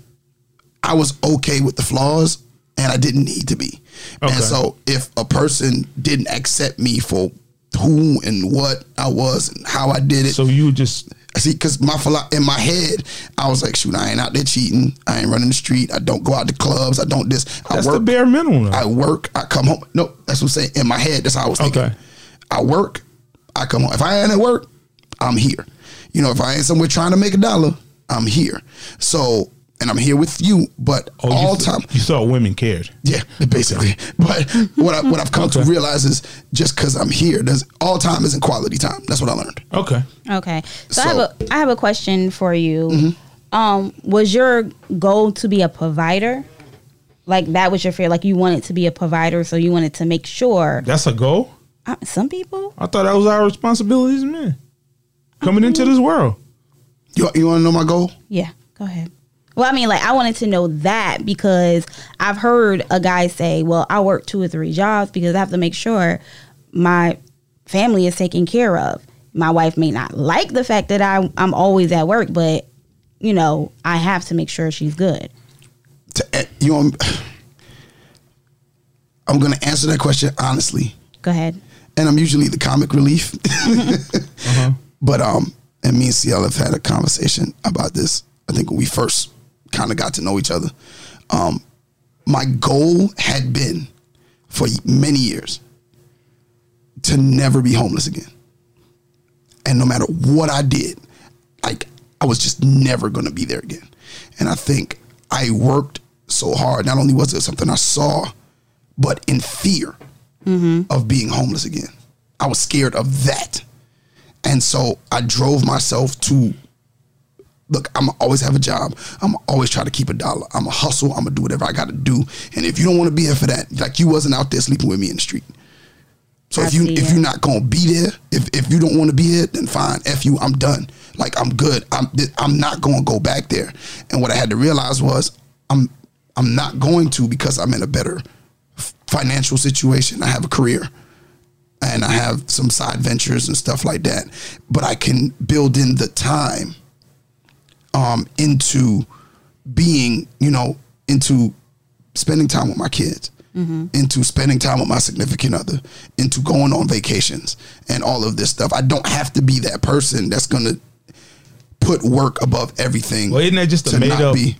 I was okay with the flaws, and I didn't need to be. Okay. And so, if a person didn't accept me for who and what I was and how I did it, So you just See, because my philo- in my head, I was like, shoot, I ain't out there cheating. I ain't running the street. I don't go out to clubs. I don't this. I that's work. the bare minimum. of it. I work. I come home. No, that's what I'm saying. In my head, that's how I was thinking. Okay. I work. I come home. If I ain't at work, I'm here. You know, if I ain't somewhere trying to make a dollar, I'm here. So, and I'm here with you. But Oh, you all th- time, you thought women cared. yeah, *laughs* basically. But what I, what I've come to Okay. realize is just because I'm here, does all time isn't quality time. That's what I learned. Okay. Okay. So, I So- have Mm-hmm. a I have a question for you. Um, was your goal to be a provider? Like that was your fear. Like you wanted to be a provider, so you wanted to make sure. That's a goal? Uh, some people. I thought that was our responsibility as men. Coming into Mm-hmm. this world. You you want to know my goal? Yeah. Go ahead. Well, I mean, like I wanted to know that because I've heard a guy say, "Well, I work two or three jobs because I have to make sure my family is taken care of." My wife may not like the fact that I I'm always at work, but you know, I have to make sure she's good. To, eh, you know, *sighs* I'm going to answer that question honestly. Go ahead. and I'm usually the comic relief. *laughs* But um, and me and CL have had a conversation about this. I think when we first kind of got to know each other, um, my goal had been for many years to never be homeless again. And no matter what I did, like I was just never gonna be there again. And I think I worked so hard. Not only was it something I saw, but in fear of being homeless again. I was scared of that. And so I drove myself to look, I'm always have a job. I'm always try to keep a dollar. I'm a hustle. I'm gonna do whatever I gotta do. And if you don't wanna be here for that, like you wasn't out there sleeping with me in the street. So I if you see if it. you're not gonna be there, if, if you don't wanna be here, then fine. F you, I'm done. Like I'm good. I'm th- I'm not gonna go back there. And what I had to realize was I'm I'm not going to because I'm in a better f- financial situation. I have a career and I have some side ventures and stuff like that. But I can build in the time um, into being, you know, into spending time with my kids, into spending time with my significant other, into going on vacations and all of this stuff. I don't have to be that person that's going to put work above everything. Well, isn't that just a to made not up be-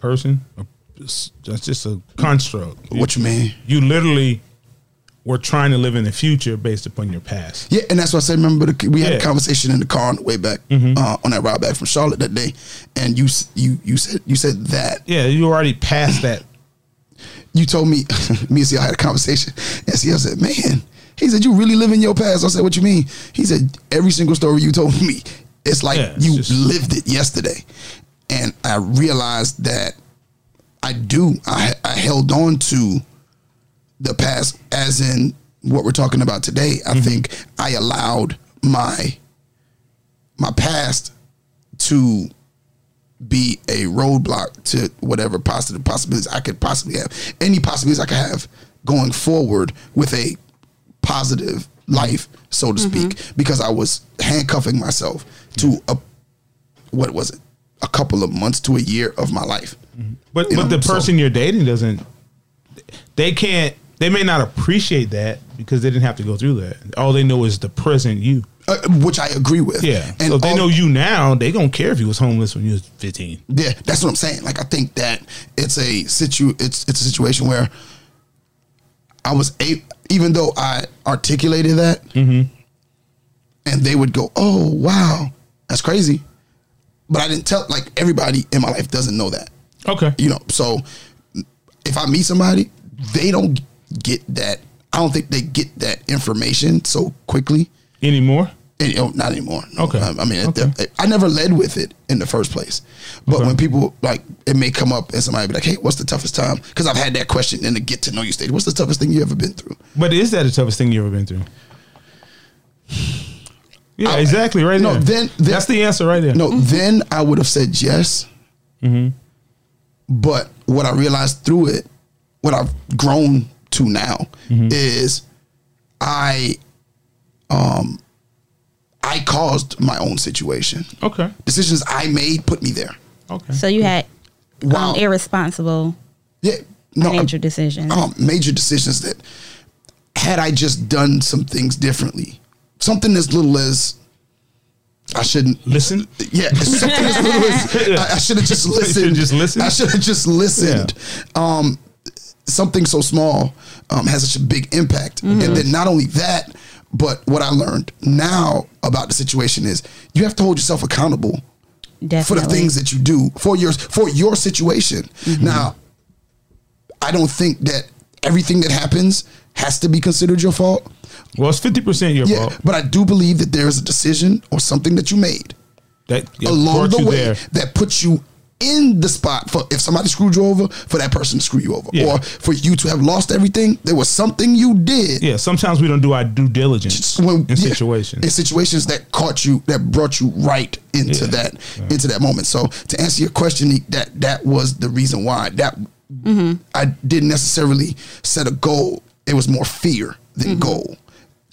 person? A- it's- That's just a construct. What you mean? You literally were trying to live in the future based upon your past. Yeah, and that's why I said. Remember, the, we had Yeah. Mm-hmm. a conversation in the car on the way back uh, on that ride back from Charlotte that day, and you s- you you said you said that Yeah, you already passed that. you told me *laughs* me and Seal had a conversation, and Seal said, "Man," he said, "You really live in your past." I said, "What you mean?" He said, "Every single story you told me, it's like Yeah, it's you just- lived it yesterday," and I realized that I do. I I held on to the past, as in what we're talking about today. I Mm-hmm. think I allowed my my past to be a roadblock to whatever positive possibilities I could possibly have. Any possibilities I could have going forward with a positive life, so to Mm-hmm. speak, because I was handcuffing myself to a what was it? A couple of months to a year of my life. But You but know, the so- person you're dating doesn't. They can't. They may not appreciate that because they didn't have to go through that. All they know is the present you. Uh, which I agree with. Yeah. And so if they all- know you now. They don't care if you was homeless when you was 15. Yeah, that's what I'm saying. Like I think that it's a situ it's it's a situation where I was a even though I articulated that, and they would go, "Oh wow, that's crazy," but I didn't tell. Like everybody in my life doesn't know that, Okay. you know. So if I meet somebody, they don't get that. I don't think they get that information so quickly. Anymore. And, oh, not anymore. No. Okay. I, I mean, it- Okay. I never led with it in the first place. But Okay. when people like, it may come up and somebody be like, "Hey, what's the toughest time?" Because I've had that question in the get to know you stage. What's the toughest thing you ever been through? But is that the toughest thing you ever been through? Yeah, I- exactly. Right no, there. then- then- that's the answer right there. No, then I would have said yes. Mm-hmm. But what I realized through it, what I've grown to now, Mm-hmm. is I, um, I caused my own situation. Okay. Decisions I made put me there. Okay. So you had um, Wow. irresponsible yeah. No, major decisions. um, major decisions that had I just done some things differently, something as little as I shouldn't. *laughs* Listen. Yeah, something as little as I, I should *laughs* have just listened. just listened? I should have just listened. Um, something so small um, has such a big impact, Mm-hmm. and then not only that, but what I learned now about the situation is you have to hold yourself accountable Definitely. for the things that you do for your for your situation. Mm-hmm. Now, I don't think that everything that happens has to be considered your fault. Well, it's fifty percent your Yeah, fault. but I do believe that there is a decision or something that you made That yeah, along brought the you way there. that puts you in the spot for if somebody screwed you over, for that person to screw you over, Yeah. or for you to have lost everything. There was something you did Yeah. Sometimes we don't do our due diligence when- in yeah, situations. in situations that caught you that brought you right into Yeah, that into that moment so to answer your question that that was the reason why that Mm-hmm. i didn't necessarily set a goal it was more fear than goal Mm-hmm.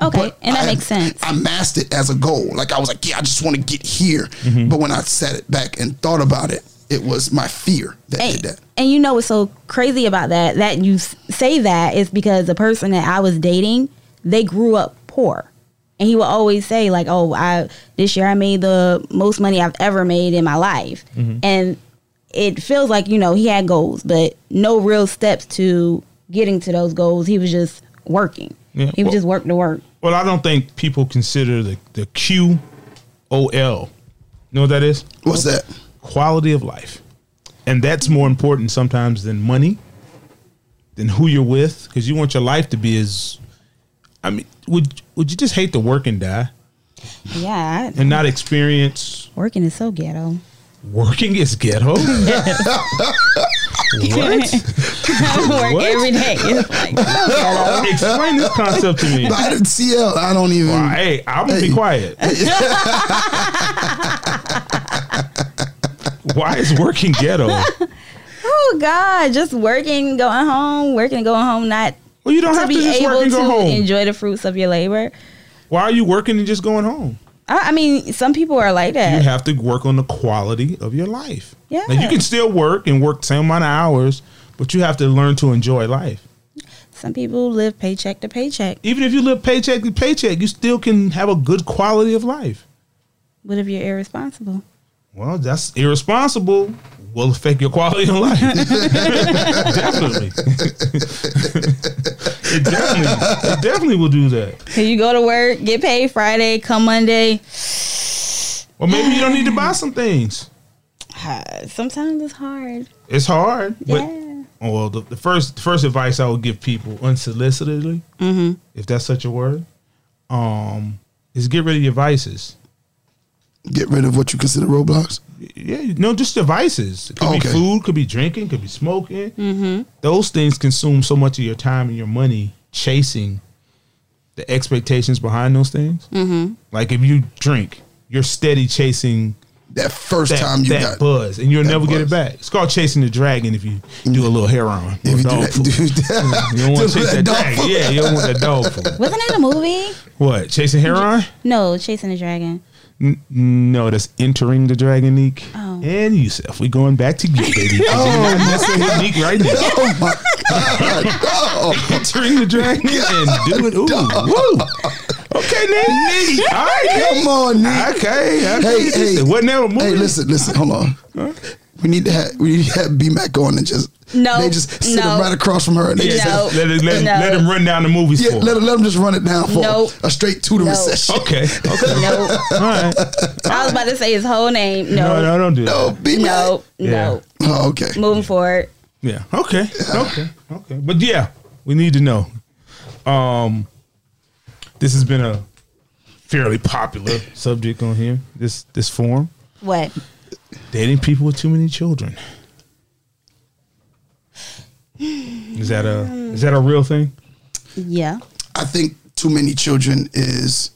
Okay, But and that I- makes sense. I masked it as a goal. Like I was like, yeah, I just want to get here. Mm-hmm. But when I set it back and thought about it, it was my fear that did and, that. and you know what's so crazy about that that you s- say that is because the person that i was dating they grew up poor and he would always say like oh i this year i made the most money i've ever made in my life Mm-hmm. and it feels like you know he had goals but no real steps to getting to those goals he was just working Yeah, he would well- just work to work well, I don't think people consider the the Q O L. You know what that is? What's that? quality of life. And that's more important sometimes than money, than who you're with, because you want your life to be as. I mean, would would you just hate to work and die yeah I- and not experience working is so ghetto *laughs* working is ghetto? what? work What? *laughs* every day it's like so ghetto Explain this concept to me. But I didn't CL. I don't even. Well, hey, I'm gonna be Hey. quiet. Why is working ghetto? Oh God, just working, going home, working, going home, not Well, you don't to have be to just able work and to go home. enjoy the fruits of your labor. Why are you working and just going home? I, I mean, some people are like You that. have to work on the quality of your life. Yeah. Now, you can still work and work the same amount of hours, but you have to learn to enjoy life. some people live paycheck to paycheck. Even if you live paycheck to paycheck, you still can have a good quality of life. What if you're irresponsible? Well, that's irresponsible. Will affect your quality of *laughs* life. definitely. it definitely. It definitely will do that. Cause you go to work, get paid Friday, come Monday. *sighs* Or maybe you don't need to buy some things. Ah, Sometimes it's hard. It's hard, but Yeah. oh, well, the, the first the first advice I would give people unsolicitedly, if that's such a word, um, is get rid of your vices. Get rid of what you consider roadblocks. Yeah, you- no, just devices. It could be Okay. food, could be drinking, could be smoking. Those things consume so much of your time and your money chasing the expectations behind those things. Mm-hmm. Like if you drink, you're steady chasing That first that, time you that got. buzz, and you'll that never get it buzz. back. It's called chasing the dragon if you do a little heroin. If or you do dog that, food. do *laughs* that, You don't want do to chase that that dog dragon. food. Yeah, you don't want that dog food. Wasn't it a movie? What? Chasing heroin? No, Chasing the Dragon. N- no, that's entering the dragon, Neek. Oh. And Yusef. We going back to you, baby. oh, *laughs* Oh, messing with Neek right now. *laughs* Oh *laughs* my god! Entering the dragon and doing ooh. Woo. Okay, Neek. Neek. All No. right, Come on, Nick. Nick. Okay. okay. Hey, hey. Wasn't that a movie? Hey, listen, listen, hold on. We need to have we need to have B Mac on and just No, They just sit no. him right across from her. And they Yeah, just No. let, it- let, No. let him run down the movies yeah, for us. let, him- let him just run it down for Nope. a straight to the Nope. recession. *laughs* Okay. Okay. No, All right. I was about to say his whole name. No, No, no, don't do that. Oh, B no, Mac. no. Yeah. Oh, okay. Moving forward. Yeah. Okay. Okay. Okay. But yeah, we need to know. Um, this has been a fairly popular subject on here. This this forum What? dating people with too many children. Is that a is that a real thing? Yeah. I think too many children is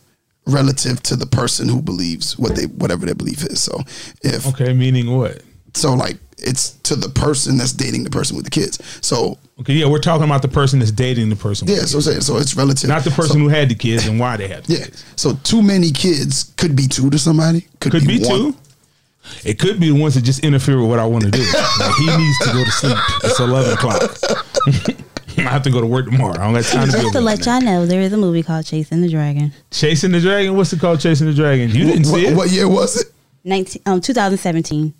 relative to the person who believes what they whatever their belief is. So if Okay, meaning what? so, like it's to the person that's dating the person with the kids. So Okay, yeah, we're talking about the person that's dating the person, with yeah, so I'm saying so it's relative. not the person So- who had the kids and why they had the yeah. kids. So too many kids could be two to somebody. Could, Could be one. two. It could be the ones that just interfere with what I want to *laughs* do. like he needs to go to sleep. It's eleven o'clock. *laughs* I have to go to work tomorrow. I don't got time to Just be to over let there. y'all know, there is a movie called Chasing the Dragon. Chasing the Dragon. What's it called? Chasing the Dragon. You didn't see What, it. what year was it? 19, um, 2017.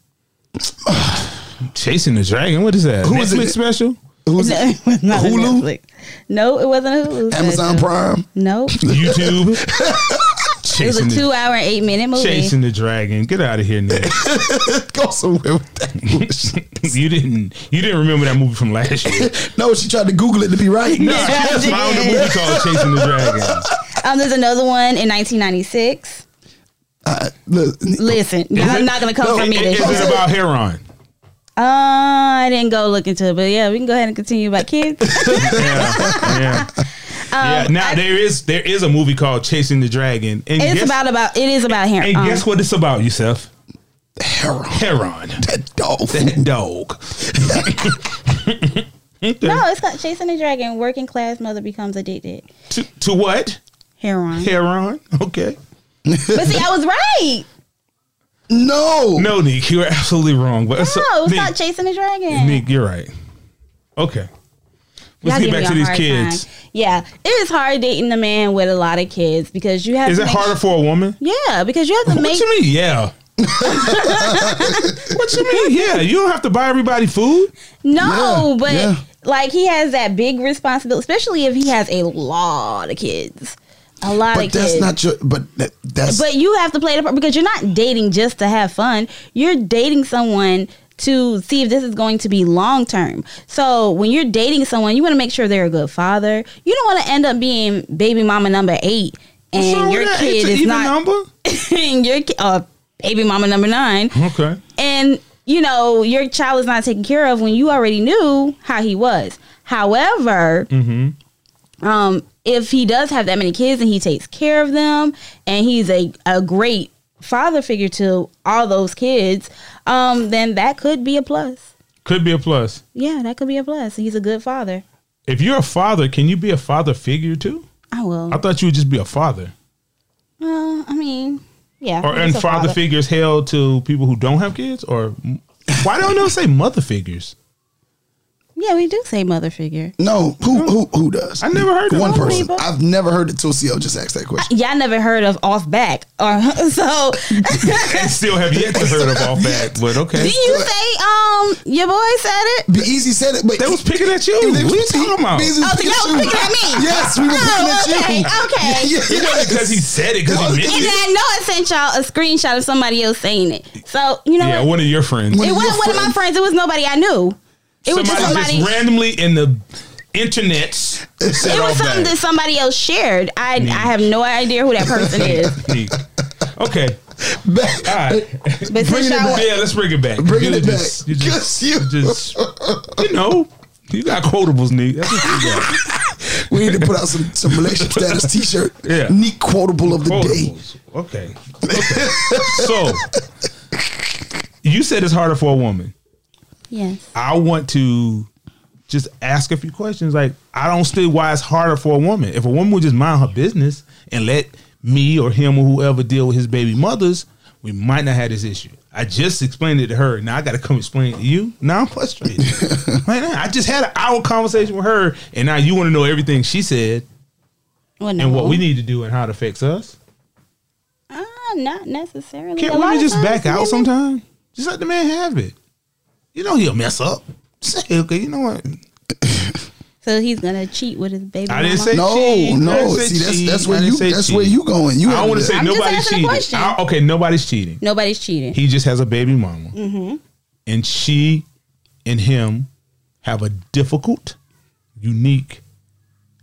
Chasing the Dragon. What is that? Who Netflix is it? *laughs* special? *laughs* Who's No, it? it was not a Hulu? Netflix. No, it wasn't a Hulu. Amazon special. Prime. *laughs* No. YouTube. It was Chasing a the, two hour and eight minute movie. Chasing the Dragon. Get out of here, Nick. *laughs* Go somewhere with *laughs* that. you didn't. You didn't remember that movie from last year. *laughs* no, she tried to Google it to be right. No, Yeah, I I just found a did. movie called Chasing the Dragon. Um, there's another one in 1996. Uh, look, Listen, y'all it- not gonna come no, for me. Is This. it Uh, about Heron? I didn't go look into it, but yeah, we can go ahead and continue *laughs* about kids. yeah. yeah. yeah. Um, Now there is there is a movie called Chasing the Dragon, and It's guess, about about it is about hair. and um, guess what it's about, Yourself, Harold, Heron, that dog. that dog. No, it's called Chasing the Dragon. Working class mother becomes addicted. to, to what? Heron. Heron. Okay. But see, I was right. No, No, Nick, you're absolutely wrong. But it's- No, it's Nick, not Chasing the Dragon. Nick, you're right. Okay. Y'all Let's get give back me to a these hard kids. time. Yeah, it is hard dating a man with a lot of kids because you have Is to it make- harder for a woman? Yeah, because you have to What make you mean? *laughs* Yeah. what you mean? Yeah, you don't have to buy everybody food. No, Yeah, but yeah. like he has that big responsibility, especially if he has a lot of kids, a lot but of that's kids. not your. But that, that's but you have to play the part because you're not dating just to have fun. You're dating someone to see if this is going to be long term. So when you're dating someone, you want to make sure they're a good father. You don't want to end up being baby mama number eight, What's wrong and with your that? kid It's an is even not *laughs* number. *coughs* and your ki- uh, baby mama number nine Okay. and you know your child is not taken care of when you already knew how he was however Mm-hmm. um, if he does have that many kids and he takes care of them and he's a, a great father figure to all those kids um, then that could be a plus Could be a plus. yeah that could be a plus he's a good father If you're a father, can you be a father figure too? I will. I thought you would just be a father, Well, I mean, yeah. or I'm and just a father, figures held to people who don't have kids, or why don't they say mother figures? Yeah, we do say mother figure. No, who who who does? I never heard that. one Some person. people. I've never heard it till CL just asked that question. Y'all never heard of off back, *laughs* or so? *laughs* I still have yet to heard of all that, but okay. Didn't you say um your boy *laughs* said it? Be easy said it, but They was picking at you. They What are was you picking- talking about? Be Easy was Oh, so picking y'all was you. picking at me. Yes, we were Oh, picking at you. okay, *laughs* okay. Yeah, It wasn't because he said it because No, he meant And it. I know I sent y'all a screenshot of somebody else saying it. So you know, Yeah, what? one of your friends. When- it of wasn't your one of my friends. friends- It was nobody I knew. It was just somebody somebody. just randomly in the internets said it all was something that that. somebody else shared. I I have no idea who that person *laughs* is. Okay, Back- all right. But since Bringing it y'all, back. Yeah, let's bring it back. Bringing You it just- back. You Just just, you. you just, you know, you got quotables, Nick. That's what you got. We need to put out some some *laughs* relationship status T-shirt. Yeah. Neat quotable of the day. Quotables. Okay. okay. so, you said it's harder for a woman. yes, I want to just ask a few questions. Like, I don't see why it's harder for a woman. If a woman would just mind her business and let me or him or whoever deal with his baby mothers, we might not have this issue. I just explained it to her. Now I got to come explain it to you. Now I'm frustrated. Right now, I just had an hour conversation with her, and now you want to know everything she said well, no. and what we need to do and how it affects us. Uh, not necessarily. Can't A lot women of just times back out women- sometime? Just let the man have it. You know he'll mess up. Say, okay, you know what? So he's gonna cheat with his baby. I didn't mama. say No, Cheat. I no. didn't say See, that's cheat. that's I where didn't you say that's cheat. where you going. I You don't want to under say I'm just nobody's asking a cheating. question. I- okay, nobody's cheating. nobody's cheating. He just has a baby mama, Mm-hmm. and she and him have a difficult, unique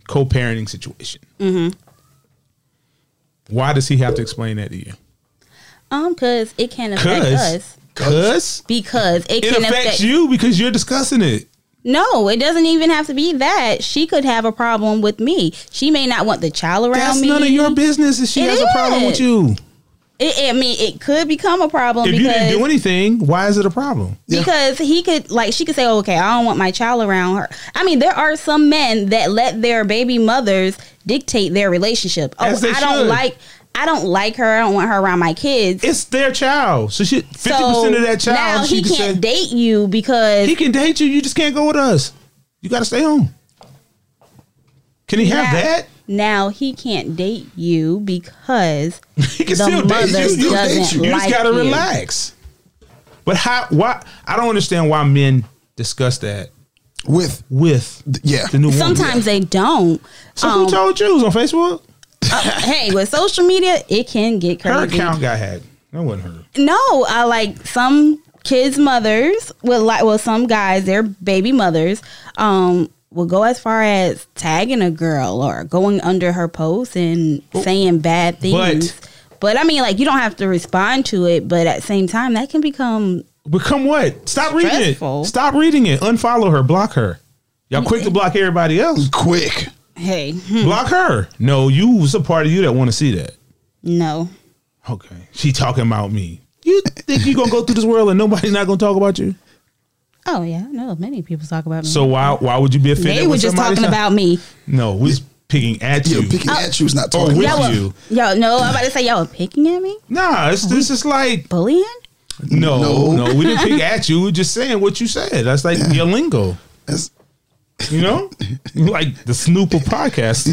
co-parenting situation. Mm-hmm. Why does he have to explain that to you? um, because it can affect Because, us. because Because it, it can affects affect you because you're discussing it. No, it doesn't even have to be that. She could have a problem with me. She may not want the child around That's me. none of your business. If she It has a problem with is. you, It, I mean, it could become a problem if because you didn't do anything, why is it a problem? Yeah. because he could like she could say, oh, "Okay, I don't want my child around her." I mean, there are some men that let their baby mothers dictate their relationship. Oh, As they I don't should. like. I don't like her. I don't want her around my kids. It's their child. So she fifty percent of that child. Now she he can can't say- date you because He can date you. You just can't go with us. You got to stay home. Can he have now, that? Now he can't date you because *laughs* He can The still date mother you. You, doesn't date you. you just like got to you. relax. But how? Why? I don't understand why men discuss that with with yeah. the new woman. sometimes they don't. So Um, who told you It was on Facebook? *laughs* hey, with social media, it can get Her crazy. account got hacked. That wasn't her. No, I like some kids' mothers will like well some guys, their baby mothers, um, will go as far as tagging a girl or going under her post and saying bad things. But, I mean, like you don't have to respond to it, but at the same time, that can become Become what? Stop reading Stressful. it. Stop reading it. Unfollow her. Block her. Y'all quick to block everybody else. quick. hey, block her. No, you was a part of you that want to see that. no. Okay. She talking about me. You think you gonna go through this world and nobody's not gonna talk about you? Oh yeah, I know many people talk about me. So why why would you be offended? they were when just somebody's talking not- about me. No, we was picking at Yeah, you. picking at you is not Or talking Oh, with about Y'all you. were, y'all, no, I'm about to say y'all were picking at me, nah, it's this is like bullying. no, No. no, we didn't pick at you. We just saying what you said. That's like your lingo. That's- You know? You like the Snoop of podcast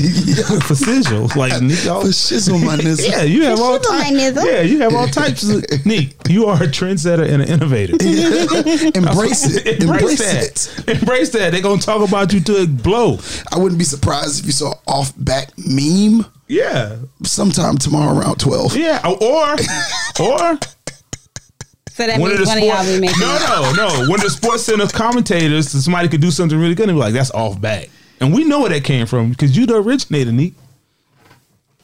for sigil. Like Nick, y'all- for shizzle my nizzle. Oh. *laughs* Yeah, you have all Shizzle my types. nizzle. Yeah, you have all types of Nick, you are a trendsetter and an innovator. *laughs* Embrace it. Embrace, it. Embrace that. They're gonna talk about you to it blow. I wouldn't be surprised if you saw off back meme Yeah. sometime tomorrow around twelve. Yeah. Or or So that one of means the one of y'all sports be making. No, no, no. One of the sports center commentators, somebody could do something really good and be like, that's off back. And we know where that came from because you the originator, Neek.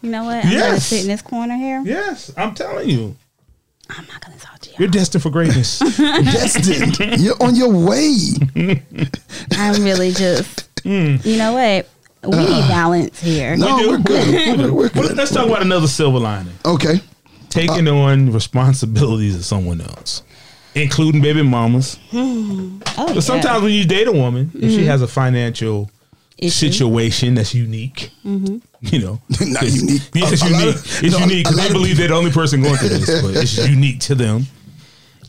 You know what? I'm gonna Yes. sit in this corner here. Yes, I'm telling you. I'm not gonna talk to you. *laughs* You're destined for greatness. *laughs* Destined. You're on your way. I'm really just, Hmm. you know what? We need balance here. No, do. we *laughs* are good. We're, we're Well, good. let's talk about another silver lining. Okay. Taking on responsibilities of someone else. Including baby mamas. Oh, yeah. Mm-hmm. But sometimes when you date a woman, if she has a financial issue. situation that's unique. You know, *laughs* Not It's- unique. yeah, It's A- a lot unique. of- it's no, a- unique a because lot they of believe they're the only person going through *laughs* this, but it's unique to them.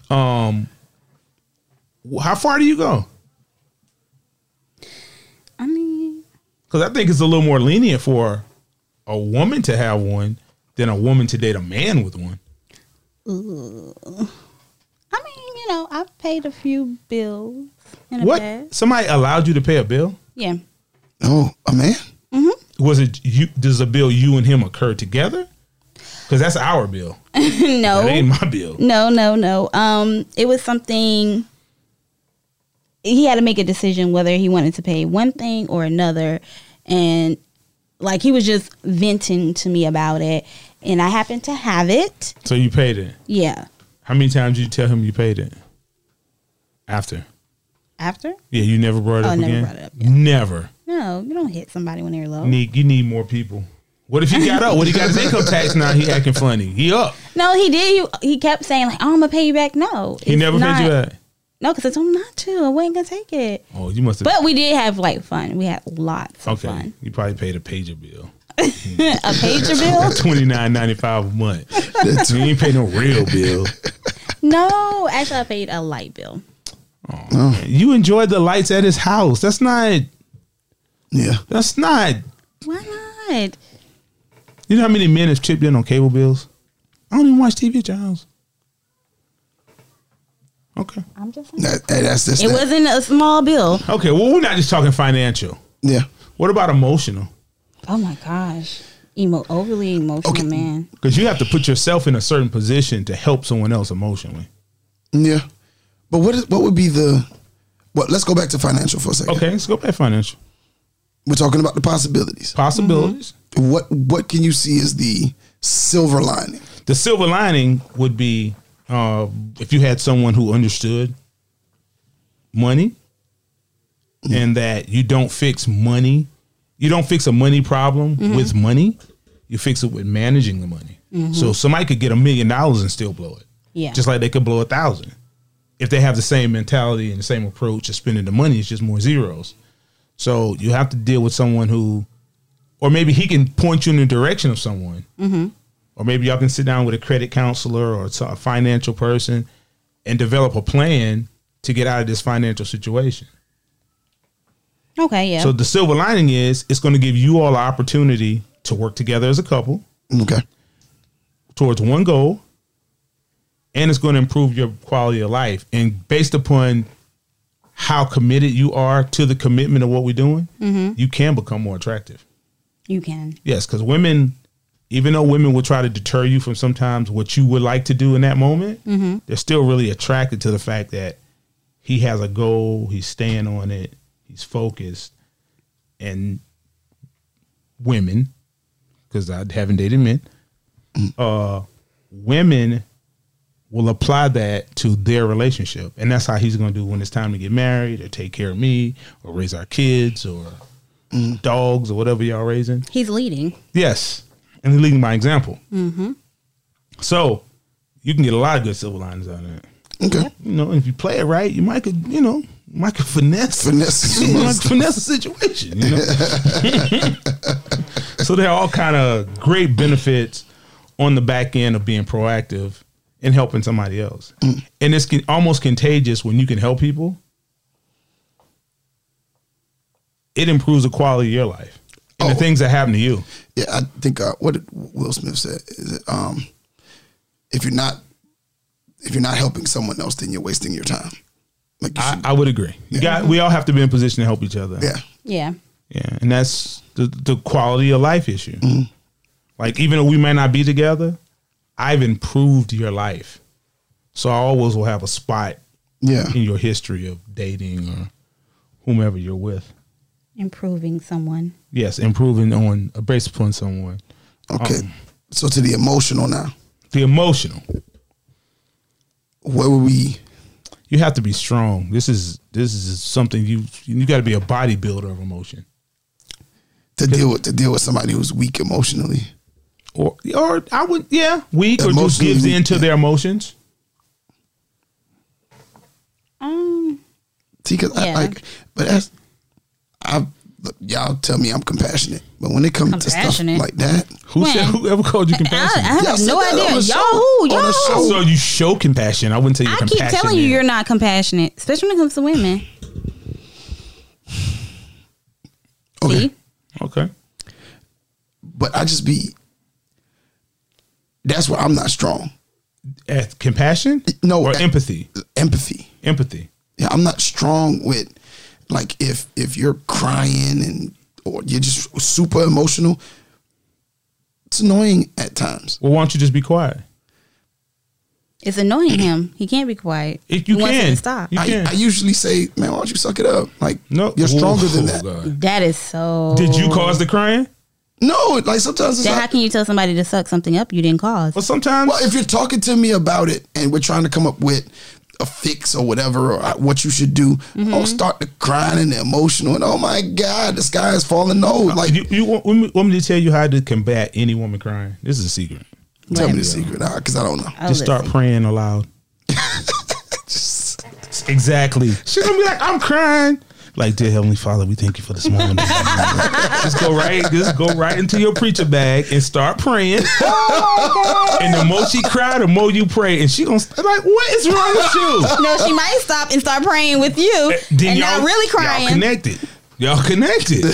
Um, wh- how far do you go? I mean, Because I think it's a little more lenient for a woman to have one than a woman to date a man with one. I mean, you know, I've paid a few bills in the What? past. Somebody allowed you to pay a bill? Yeah. *laughs* Oh, a man? Was it you? Does a bill you and him occur together? Because that's our bill. That no. ain't my bill. No, no, no. Um, it was something he had to make a decision whether he wanted to pay one thing or another, and like he was just venting to me about it, and I happened to have it. So you paid it. Yeah. How many times did you tell him you paid it? After. After? Yeah, you never brought it Oh, up never again. brought it up, Never. No, you don't hit somebody when they're low. Need you need more people. What if he got up? What if he got his income tax now? He acting funny. He up. No, he did. He, he kept saying like, "Oh, I'm gonna pay you back." No, He it's never not, paid you back. No, because I told him not to. I wasn't gonna take it. Oh, you must have. But we did have like fun. We had lots of *laughs* okay, fun. *laughs* you probably paid a pager bill. a *laughs* pager bill? Twenty nine ninety five a month. you ain't pay no real bill. No, actually, I paid a light bill. You enjoyed the lights at his house. That's not. Yeah. That's not. Why not? You know how many men have chipped in on cable bills? I don't even watch TV at your house. Okay. I'm just saying. That, hey, that's this. It wasn't a small bill. Okay. Well, we're not just talking financial. Yeah. What about emotional? Oh my gosh. Emo overly emotional Okay. man. Because you have to put yourself in a certain position to help someone else emotionally. Yeah. But what is what would be the what let's go back to financial for a second. Okay, let's go back financial We're talking about the possibilities. possibilities. What what can you see as the silver lining? The silver lining would be uh, if you had someone who understood money, and that you don't fix money, you don't fix a money problem with money. You fix it with managing the money. So somebody could get a million dollars and still blow it. Yeah. just like they could blow a thousand if they have the same mentality and the same approach to spending the money it's just more zeros so you have to deal with someone who or maybe he can point you in the direction of someone Mm-hmm. or maybe y'all can sit down with a credit counselor or so- a financial person and develop a plan to get out of this financial situation okay, yeah. so the silver lining is it's going to give you all the opportunity to work together as a couple Okay. towards one goal and it's going to improve your quality of life and based upon how committed you are to the commitment of what we're doing you can become more attractive you can. yes because women even though women will try to deter you from sometimes what you would like to do in that moment they're still really attracted to the fact that he has a goal he's staying on it he's focused and women because i haven't dated men uh, women will apply that to their relationship. And that's how he's going to do when it's time to get married or take care of me or raise our kids or dogs or whatever y'all raising. He's leading. Yes. And leading by example. Mm-hmm. So you can get a lot of good silver linings out of it. Okay. You know, if you play it right, you might could, you know, you might could finesse. *laughs* Finesse. You might could finesse the situation, you know. *laughs* so there are all kind of great benefits on the back end of being proactive and helping somebody else. Mm. And it's con- almost contagious when you can help people. It improves the quality of your life and the Oh. things that happen to you. Yeah, I think uh, what did Will Smith said is that um, if you're not if you're not helping someone else, then you're wasting your time. Like you I, should, I would agree. You got, we all have to be in a position to help each other. yeah, Yeah. Yeah, and that's the the quality of life issue. Mm-hmm. Like even though we may not be together, I've improved your life, so I always will have a spot yeah. in your history of dating or whomever you're with. Improving someone. Yes, improving on uh, based upon someone. Okay, so to the emotional now, The emotional, where would we? you have to be strong. This is this is something you you got to be a bodybuilder of emotion. to deal with to deal with somebody who's weak emotionally. or or I would yeah weak or just Emotionally gives weak, in to yeah. their emotions. Um See, 'cause I Yeah. like, but that's I've look, y'all tell me I'm compassionate, but when it comes to Compassionate? stuff like that, Who said When? whoever called you I, compassionate? I Y'all have said no that on idea. the Y'all show. who? On the Y'all show. who? so you show compassion. I wouldn't say you're I keep compassionate. telling you, you're not compassionate, especially when it comes to women. okay, See? okay. but I just be. That's where I'm not strong. At compassion? No, Or at- empathy. Empathy. Empathy. Yeah, I'm not strong with like if if you're crying and or you're just super emotional. It's annoying at times. Well, why don't you just be quiet? It's annoying him. He can't be quiet. If you he wants it can. to stop. You- I, Yeah. I usually say, man, why don't you suck it up? Like, No, you're stronger than Oh, that. God. that is so. Did you cause the crying? No, like sometimes it's Then how not. can you tell somebody to suck something up you didn't cause? Well, sometimes. Well, if you're talking to me about it and we're trying to come up with a fix or whatever or uh, what you should do, Mm-hmm. I'll start to crying and emotional and oh my god, the sky is falling. No, like Uh, you, you want, want, me, want me to tell you how to combat any woman crying? This is a secret. tell me the secret because I don't know. Oh, just start listen. praying aloud. exactly. She's gonna be like, I'm crying. Like, dear Heavenly Father, we thank you for this moment. just go right, just go right into your preacher bag and start praying. and the more she cry, the more you pray. And she gonna st- like, what is wrong with you? No, she might stop and start praying with you, and not really Eh, Y'all crying. connected. Y'all connected.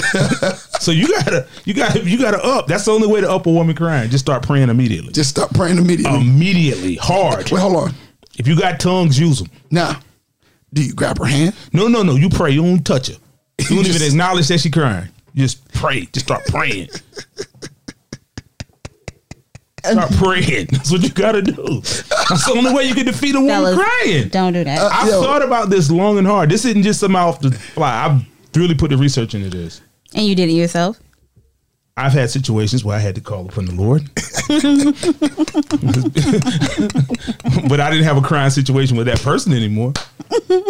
so you gotta, you gotta, you gotta up. That's the only way to up a woman crying. Just start praying immediately. Just stop praying immediately. um, immediately, hard. Wait, hold on. If you got tongues, use them. Now, do you grab her hand? No, no, no. You pray. You don't touch *laughs* her. You don't Just- even acknowledge that she crying. You just pray. Just start praying. Start praying. That's what you gotta do. That's the only way you can defeat a woman Fellas, crying. Uh, Don't do that. I've Yo. thought about this long and hard. This isn't just some off the fly. I've really put the research into this. and you did it yourself. I've had situations where I had to call upon the Lord. *laughs* but I didn't have a crying situation with that person anymore.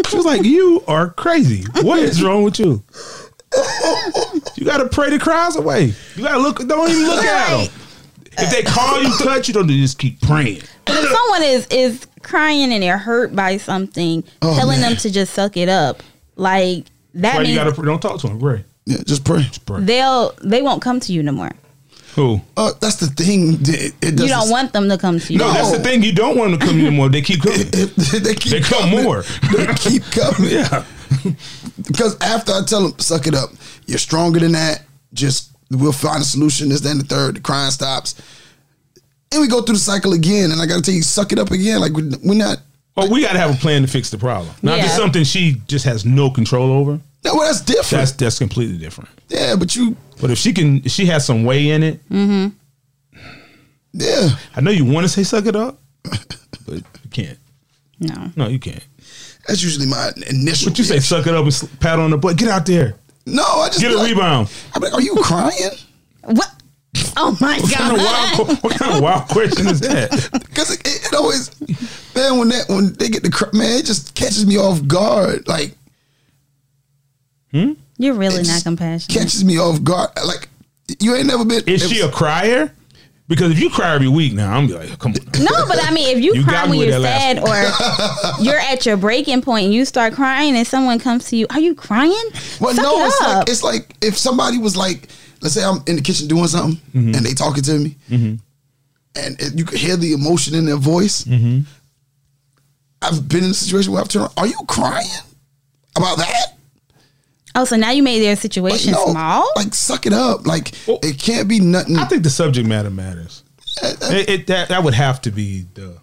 She was like, You are crazy. What is wrong with you? You gotta pray the cries away. You gotta look, don't even look at them. If they call you, touch you, don't do- just keep praying. But if someone is is crying and they're hurt by something, Oh, telling man. them to just suck it up, like that Why you means gotta pray- don't talk to them, pray. Yeah, just pray. Pray. they'll they won't come to you no more. Who? Uh, that's the thing. It, it You doesn't- don't want them to come to you. No, that's the thing. You don't want them to come anymore. They keep coming. *laughs* they keep They *laughs* come coming. more. They keep coming. Yeah. Because after I tell them, suck it up. You're stronger than that. Just we'll find a solution. This, then the third. The crying stops, and we go through the cycle again. And I gotta tell you, suck it up again. Like we- we're not. Well, we gotta have a plan to fix the problem. Not just Yeah. something she just has no control over. No, well, that's different. That's that's completely different. yeah, but you. But if she can, if she has some way in it. Yeah, I know you want to say suck it up, but you can't. No. No, you can't. that's usually my initial. But you say suck it up and s- pat on the butt. Get out there, no. I just get be a like- rebound. I'm like, are you crying? What? Oh my What kind of god. wild, qu- what kind of wild question is that? Because it, it always, man, when that when they get the cr- man, it just catches me off guard. Like *laughs* You're really It not just compassionate. catches me off guard. Like you ain't never been. Is she a crier? Because if you cry every week now, I'm be like, come on. No, but I mean, if you, You cry got when me with you're that sad or you're at your breaking point and you start crying and someone comes to you, are you crying? Well, Suck no, it it's up. like it's like if somebody was like, let's say I'm in the kitchen doing something Mm-hmm. and they talking to me, and it, you could hear the emotion in their voice. Mm-hmm. I've been in a situation where I've turned. around, Are you crying about that? oh, so now you made their situation small? Like suck it up. Like Well- it can't be nothing. Oh. I think the subject matter matters. It, it- that that would have to be the.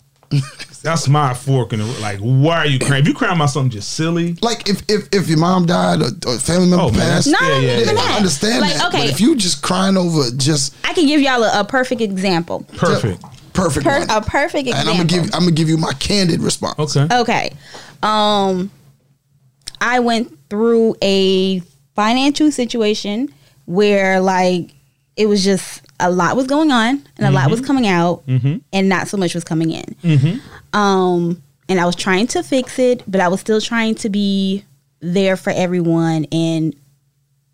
That's my fork in the like. Why are you crying? If you crying about something just silly, Like if if if your mom died or, or a family member Oh, man, passed, no, yeah, not yeah, even yeah. that. I understand like, that. Okay, But if you just crying over just I can give y'all a, a perfect example. perfect. perfect, Per- one, a perfect and example. I'm gonna give I'm gonna give you my candid response. Okay. Okay. Um I went through a financial situation where like it was just a lot was going on and a lot was coming out and not so much was coming in. Um and I was trying to fix it, but I was still trying to be there for everyone and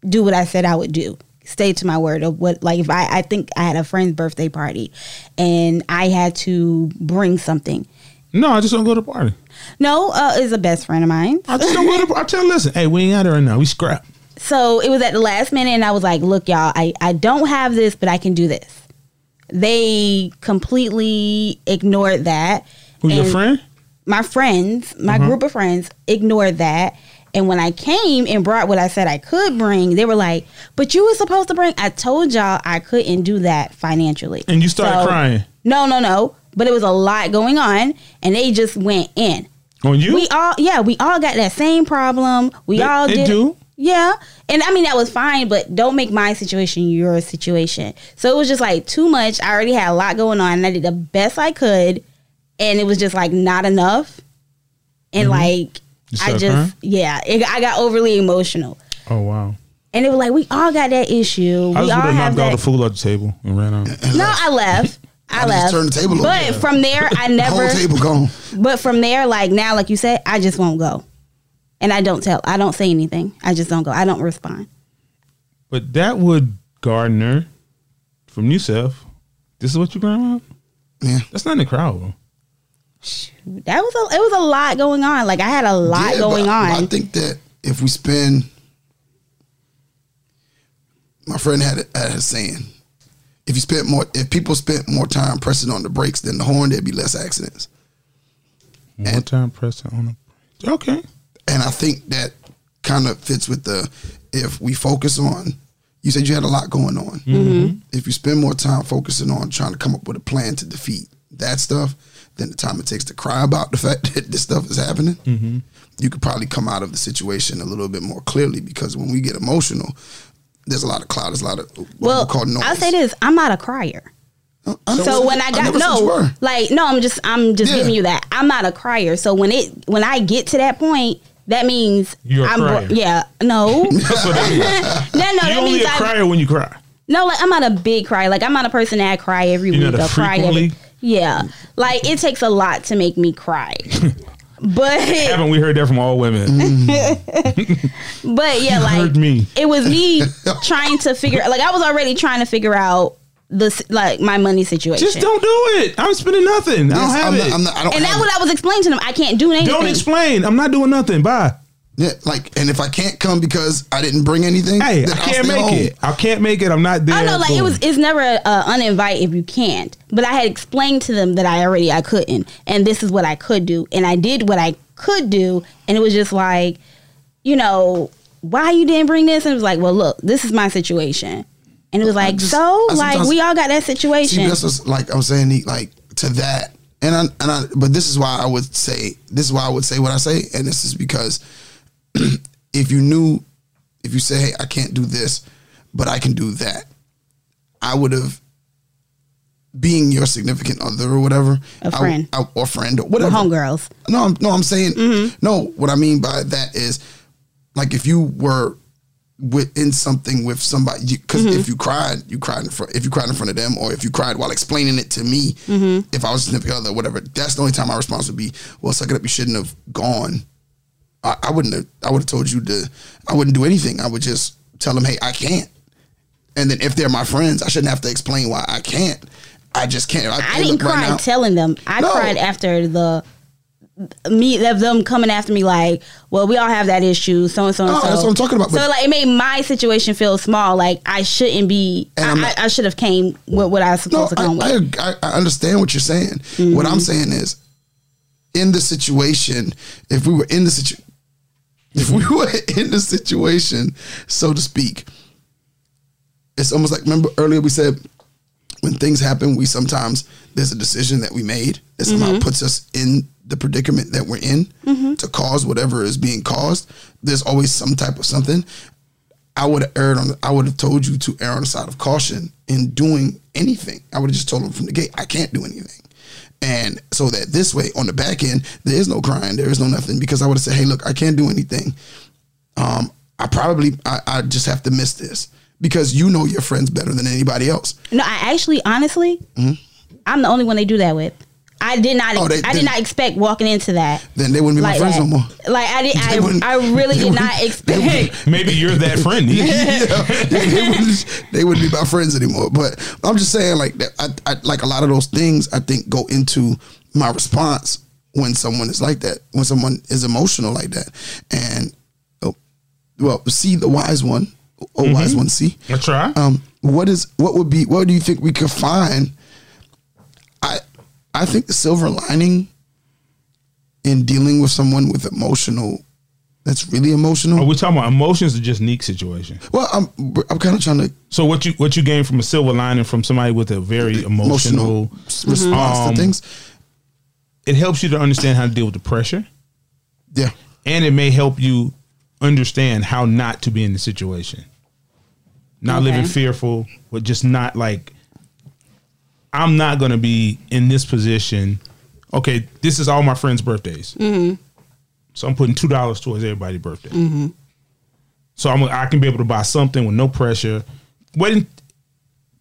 do what I said I would do. Stay to my word of what like if I, I think I had a friend's birthday party and I had to bring something. No, I just don't go to the party. No, uh, is a best friend of mine. I just don't go to. I tell. Listen, hey, we ain't out there right now. We scrap. so it was at the last minute and I was like, look, y'all, I, I don't have this, but I can do this. They completely ignored that. Who's your And friend? My friends, my Mm-hmm. group of friends ignored that. And when I came and brought what I said I could bring, they were like, but you were supposed to bring. I told y'all I couldn't do that financially. And you started So- crying No, no, no. But it was a lot going on and they just went in. on you. We all, yeah, we all got that same problem. We They- all they did. do. Yeah, and I mean that was fine, but don't make my situation your situation. So it was just like too much. I already had a lot going on, and I did the best I could, and it was just like not enough, and like You I start just crying? yeah, it, I got overly emotional, oh wow! and it was like we all got that issue. I we just all would have have knocked all that. the food off the table and ran out. *clears throat* no, I left. I, I left. just turned the table over. but from there, I never. Whole table gone. But from there, like now, like you said, I just won't go. And I don't tell. I don't say anything. I just don't go. I don't respond. But that would Gardner from yourself. This is what you growing up. Yeah. That's not in the crowd. Bro. That was a it was a lot going on. Like I had a lot Yeah, going but I- on. but I think that if we spend, my friend had a, had a saying: if you spent more, if people spent more time pressing on the brakes than the horn, there'd be less accidents. One time pressing on a okay. And I think that kind of fits with the if we focus on. You said you had a lot going on. Mm-hmm. If you spend more time focusing on trying to come up with a plan to defeat that stuff than the time it takes to cry about the fact *laughs* that this stuff is happening, Mm-hmm. you could probably come out of the situation a little bit more clearly because when we get emotional, there's a lot of cloud, there's a lot of what well, we call noise. I'll say this: I'm not a crier. Uh, I never So said- when I got never said you no, were. like no, I'm just I'm just Yeah. giving you that. I'm not a crier. So when it when I get to that point, that means You're a I'm crier. yeah *laughs* no no no That's what that means. that you only means a I crier when you cry. No, like I'm not a big crier. Like I'm not a person that I cry every You're week not a or cry every frequently? Yeah. Like it takes a lot to make *laughs* me cry. but Haven't we heard that from all women? Mm-hmm. but yeah, You like heard me. it was *laughs* me trying to figure like I was already trying to figure out the s- like my money situation. Just don't do it. I'm spending nothing. I don't Yes, have I'm it. Not, I'm not, I and don't have that's it. what I was explaining to them. I can't do anything. don't explain. I'm not doing nothing. Bye. Yeah, like, and if I can't come because I didn't bring anything, Hey, I then I'll can't stay make home. it. I can't make it. I'm not there. I know, like it Boom. was. It's never a, a uninvite if you can't. But I had explained to them that I already I couldn't, and this is what I could do, and I did what I could do, and it was just like, you know, why you didn't bring this? And it was like, well, look, this is my situation, and it was like, just- so, I like sometimes- we all got that See, situation. that's what's, like I'm saying, he- like to that, and I, and I, but this is why I would say, this is why I would say what I say, and this is because *clears throat* if you knew, if you say, hey, I can't do this, but I can do that, I would have. Being your significant other or whatever, A I- friend. I- or friend or whatever, We're homegirls. No, I'm, no, I'm saying Mm-hmm. no. What I mean by that is, like, if you were with in something with somebody, because Mm-hmm. if you cried, you cried in front. If you cried in front of them, or if you cried while explaining it to me, Mm-hmm. if I was a significant other, whatever, that's the only time my response would be, "Well, suck it up. You shouldn't have gone." I, I wouldn't have. I would have told you to. I wouldn't do anything. I would just tell them, "Hey, I can't." And then if they're my friends, I shouldn't have to explain why I can't. I just can't. I hey, didn't look, right cry now- telling them. I No. cried after the me of them coming after me like, well, we all have that issue, so and so and No, so. that's what I'm talking about, So but- like, it made my situation feel small. Like I shouldn't be. And I'm I, not- I, I should have came with what I was supposed to come I, with. Mm-hmm. I, I, I understand what you're saying. What I'm saying is, in the situation, if we were in the situation, if we *laughs* were in the situation, so to speak, it's almost like remember earlier we said when things happen, we sometimes there's a decision that we made that somehow Mm-hmm. puts us in the predicament that we're in to cause whatever is being caused. There's always some type of something. I would have erred on. I would have told you to err on the side of caution in doing anything. I would have just told them from the gate, I can't do anything, and so that this way on the back end, there is no crying, there is no nothing, because I would have said, hey, look, I can't do anything. Um, I probably, I, I just have to miss this because you know your friends better than anybody else. no, I actually, honestly, I'm the only one they do that with. I did not. Mm-hmm. Oh, they- I they- did not expect walking into that. Then they wouldn't be Like, my friends that. no more. like I did, They wouldn't- I, I really they did wouldn't- not expect. Maybe you're that *laughs* friend. they, they wouldn't, they wouldn't be my friends anymore. But I'm just saying, like that, I, I, like a lot of those things, I think go into my response when someone is like that, when someone is emotional like that, and oh, well, see the wise one or wise one see. I try. Um, what is what would be what do you think we could find? I I think the silver lining in dealing with someone with emotional that's really Are emotional. we talking about emotions or just Neek situation? Well, I'm I'm kind of trying to So what you what you gain from a silver lining from somebody with a very emotional, emotional response um, to things. It helps you to understand how to deal with the pressure, Yeah, and it may help you understand how not to be in the situation. Not Okay. living fearful, but just not like I'm not going to be in this position. Okay, this is all my friends' birthdays, so I'm putting two dollars towards everybody's birthday. So I'm I can be able to buy something with no pressure. Wait,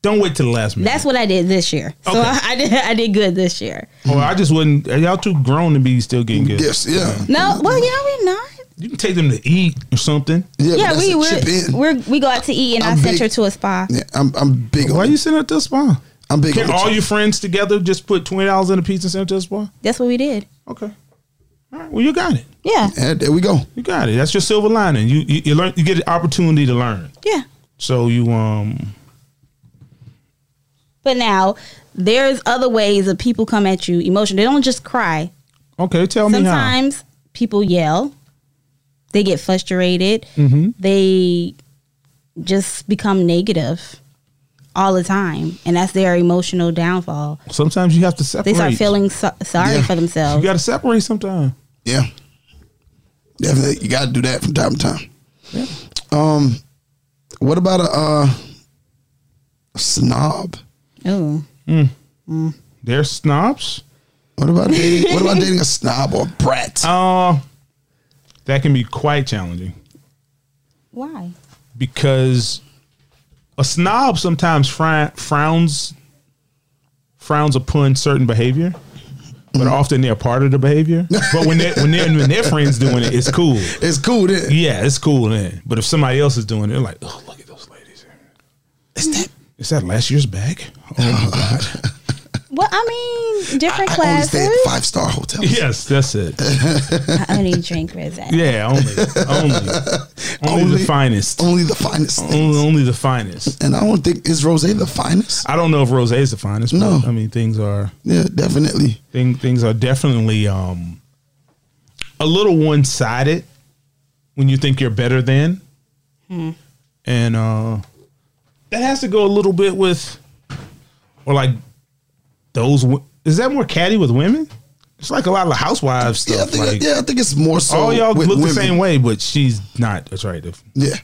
don't wait till the last minute. *laughs* That's what I did this year. So Okay. I, I did I did good this year. Or I just wouldn't. Y'all too grown to be still getting good. yes, yeah, No, well, yeah, we're not. You can take them to eat or something. Yeah, yeah. but that's we a we're, we're we go out to eat, and i I'm sent big- her to a spa. Yeah, I'm I'm big Why are on you sitting at this spa? I'm big Can on all your friends together just put twenty dollars in a pizza and send it to the spa? That's what we did. Okay. All right. Well, you got it. Yeah, Yeah, there we go. You got it. That's your silver lining. You you, you learn. You get an opportunity to learn. yeah. So you um. But now there's other ways of people come at you emotionally. They don't just cry. Okay. Tell me how. Sometimes people yell. They get frustrated. Mm-hmm. They just become negative all the time, and that's their emotional downfall. Sometimes you have to separate. They start feeling so- sorry Yeah. for You *laughs* themselves. got to separate sometime. Yeah, definitely. You got to do that from time to time. Yeah. Um, what about a uh, snob? Ooh. They're snobs. What about dating? what about dating a snob or a brat? *laughs* Uh, that can be quite challenging. Why? because a snob sometimes frown, frowns frowns upon certain behavior, but Mm-hmm. often they're part of the behavior. But when they when they're when their friends doing it, it's cool. it's cool. Then. Yeah, it's cool then. But if somebody else is doing it, they're like, oh, look at those ladies. Is that Is that last year's bag? Oh my god. Well, I mean, different I only classes. stay at five star hotels. Yes, that's it. *laughs* I only drink *laughs* rosé. Yeah, only, only, only, Only- the finest. Only the finest. Only, only the finest. And I don't think is Rose the finest. I don't know if rose is the finest. But, No. I mean things are. Yeah, definitely. Thing, things are definitely um, a little one sided when you think you're better than, and uh, that has to go a little bit with, or like those. wo- Is that more catty with women? It's like a lot of housewives stuff. Yeah, I think. uh, like, yeah, I think it's more so. all y'all with look the women. same way, but she's not attractive. Yeah.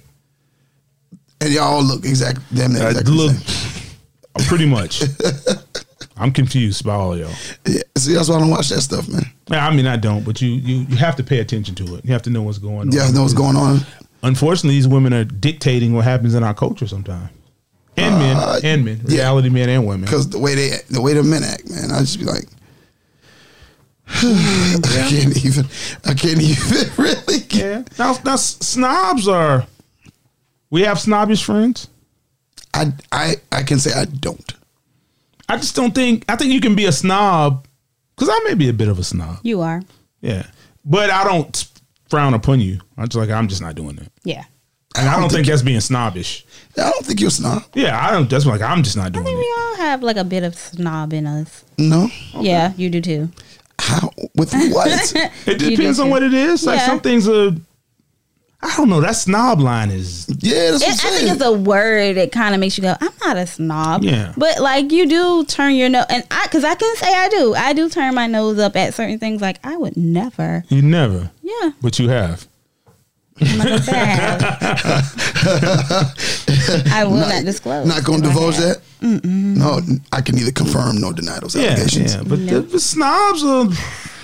And y'all look exact damn near I exactly the look same. pretty *laughs* much. I'm confused by all y'all. Yeah, see, that's why I don't watch that stuff, man. I mean, I don't, but you you you have to pay attention to it. You have to know what's going on. Yeah, I know what's going on. unfortunately, these women are dictating what happens in our culture sometimes. And men, and men, yeah. reality men and women. Because the way they, the way the men act, man, I just be like, *sighs* I can't even, I can't even *laughs* really. Get, Yeah. Now, now, s- snobs are. We have snobbish friends. I, I, I can say I don't. I just don't think. I think you can be a snob, because I may be a bit of a snob. You are. Yeah, but I don't frown upon you. I'm just like I'm just not doing it, Yeah. and I don't, think, that's being snobbish. I don't think you're a snob. Yeah, I don't. That's like I'm just not I doing think we it. all have like a bit of snob in us. No, Yeah, you do too. how *laughs* with what? *laughs* It You do depends on too. what it is. Like Yeah. some things are. I don't know. That snob line is yeah, that's what It, I'm I think saying. it's a word that kind of makes you go, I'm not a snob. Yeah. But like you do turn your nose, and I, because I can say I do, I do turn my nose up at certain things. Like I would never. you never, Yeah. but you have. *laughs* I'm not gonna say I have. I will not, disclose. Not going if to I divulge have. that. No, I can neither confirm nor deny those Yeah, allegations. yeah, but the, the snobs are.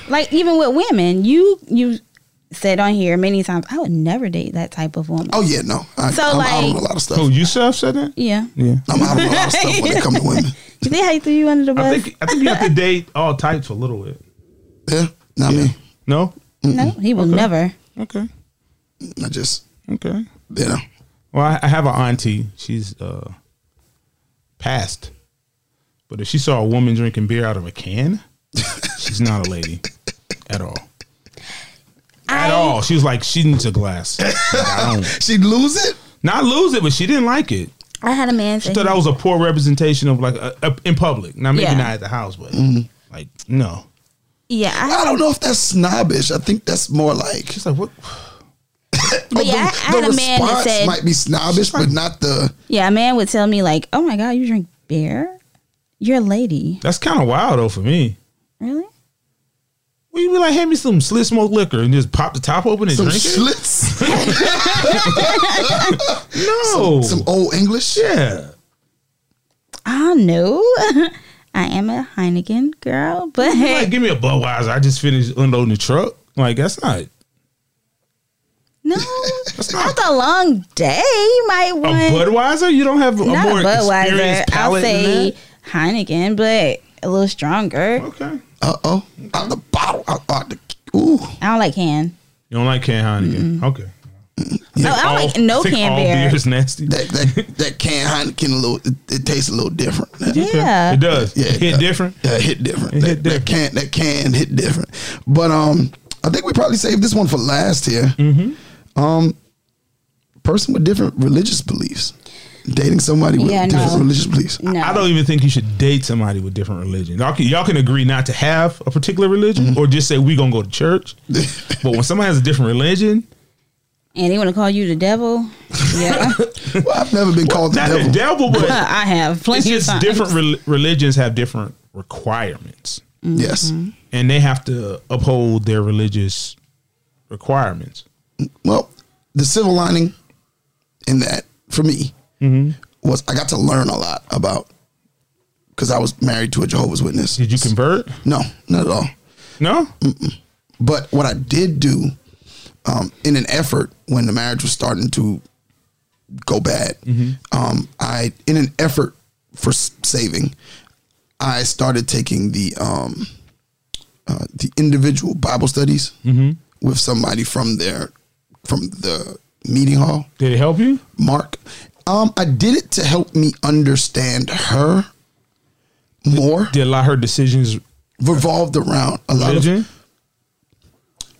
Like even with women, you you said on here many times, I would never date that type of woman. Oh yeah, no, I, So, I'm out on like- a lot of stuff. Oh, Yusuf said that. Yeah. Yeah, I'm out on a lot of stuff when it comes *laughs* to women. You think I threw you under the bus? I think I think you have to date all types a little bit. Yeah, not me. No. no, he will never. Okay. I just, Okay. you know, Well, I, I have an auntie. She's uh, passed, but if she saw a woman drinking beer out of a can, she's not a lady at all. I I- at all. She was like, she needs a glass. Like, I don't. *laughs* She'd lose it. Not lose it, but she didn't like it. I had a man say She thought that was a poor representation of like a, a- in public. Now maybe Yeah. not at the house, but like no. Yeah, I I had, don't know if that's snobbish. I think that's more like She's like, what? Oh, but yeah, I, I had a man that said, might be snobbish, but not the. yeah, a man would tell me like, "Oh my god, you drink beer? You're a lady, That's kind of wild though for me. really?" Well, you be like, hand me some slit smoked liquor and just pop the top open and Some drink Schlitz, it. No, some old English. Oh. yeah. I know. *laughs* I am a Heineken girl, *laughs* but You Like, give me a Budweiser. I just finished unloading the truck. Like that's not *laughs* no, after a long day, you might a want Budweiser. You don't have a not more a Budweiser. experienced I'll palate than say Heineken, but a little stronger. that? Okay. Uh oh, out the bottle, out, out the. Ooh, I don't like can. You don't like can Heineken. Okay. No, I don't like no think can all beer. beer is nasty. that that that can Heineken a little. It, it tastes a little different. Yeah, Yeah. It does. Yeah, Yeah, it Hit does. different. it hit different. It that, hit that different. can that can hit different. But um, I think we probably saved this one for last here. Um, Mm-hmm. person with different religious beliefs, dating somebody with Yeah, different no. religious beliefs. No, I don't even think you should date somebody with different religion. Y'all can, y'all can agree not to have a particular religion Mm-hmm. or just say we gonna go to church. but when somebody has a different religion, and they want to call you *laughs* the devil. Yeah, *laughs* Well, I've never been called the not devil. the devil, *laughs* but *laughs* I have it's plenty of just times. different rel religions have different requirements, Mm-hmm. Yes. and they have to uphold their religious requirements. Well, the silver lining in that for me Mm-hmm. was I got to learn a lot about because I was married to a Jehovah's Witness. Did you convert? No, not at all. No. But what I did do um, in an effort when the marriage was starting to go bad, Mm-hmm. um, I in an effort for s- saving, I started taking the um, uh, the individual Bible studies Mm-hmm. with somebody from their from the meeting hall. Did it help you? Mark, um, I did it to help me understand her more. Did a lot of her decisions Revolved around a lot of religion?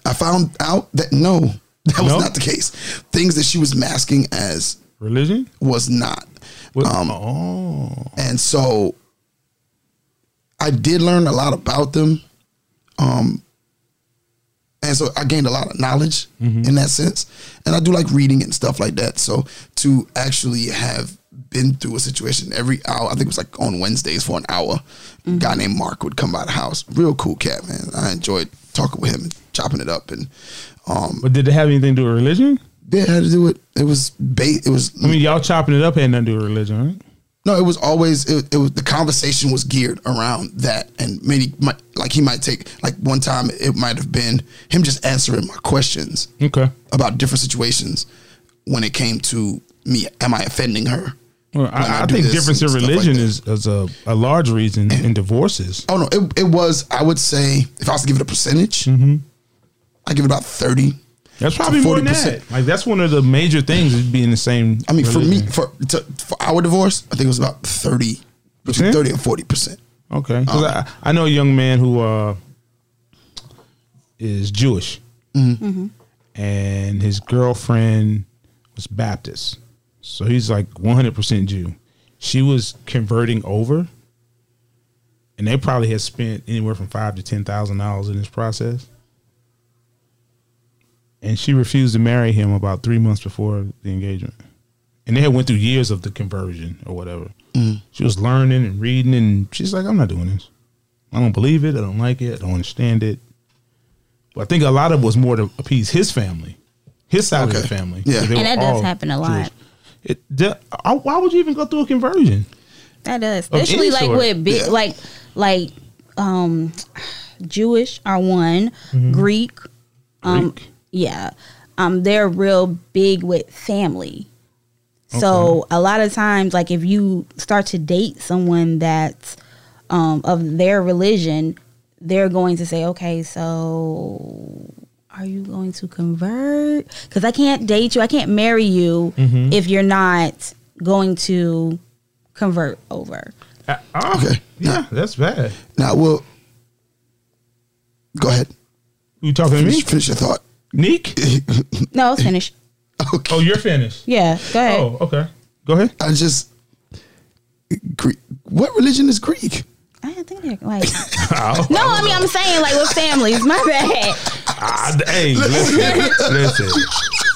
I found out that no, that was No? not the case. Things that she was masking as Religion? was not. What- Um, oh, And so I did learn a lot about them. Um, and so I gained a lot of knowledge Mm-hmm. in that sense. And I do like reading and stuff like that. So to actually have been through a situation every hour, I think it was like on Wednesdays for an hour, a Mm-hmm. guy named Mark would come by the house. Real cool cat, man. I enjoyed talking with him and chopping it up. And but did it have anything to do with religion? they had to do it. It was bait. It was I mean, y'all chopping it up had nothing to do with religion, right? No, it was always it, it was the conversation was geared around that, and maybe might, like he might take like one time it might have been him just answering my questions Okay. about different situations when it came to me. Am I offending her? Well, when I, I do think this difference in and stuff like religion that? is, is a, a large reason in divorces. Oh no, it, it was. I would say if I was to give it a percentage, I give it about thirty. Mm-hmm. That's probably more than that. 40%. Like that's one of the major things is being the same. I mean, religion. for me, for to, for our divorce, I think it was about thirty, between Percent? thirty and forty percent. okay, 'Cause I, I know a young man who uh, is Jewish, and his girlfriend was Baptist, so he's like one hundred percent Jew. She was converting over, and they probably had spent anywhere from five to ten thousand dollars in this process. and she refused to marry him about three months before the engagement. And they had went through years of the conversion or whatever. Mm. She was learning and reading, and she's like, "I'm not doing this. I don't believe it. I don't like it. I don't understand it." But I think a lot of it was more to appease his family, his side of the Okay. family. Yeah. They And were that does all happen a lot. Jewish. It, the- I- why would you even go through a conversion? That does, any especially like sort. with big, Yeah. like like um, Jewish are one, Mm-hmm. Greek, um, Greek? yeah, um, they're real big with family. So a lot of times, like if you start to date someone that's um, of their religion, they're going to say, okay, so are you going to convert? Because I can't date you, I can't marry you Mm-hmm. if you're not going to convert over. Uh, oh, Okay. yeah, that's bad. Now, well, go ahead. You talking to me? Finish, finish your thought. *laughs* Neek? No, it's finished. Okay. Oh, you're finished. Yeah, go ahead. Oh, okay. Go ahead. I just Greek. What religion is Greek? I didn't think they're *laughs* like. no, I mean I'm saying like with families. My bad. Ah, d- hey, listen, listen,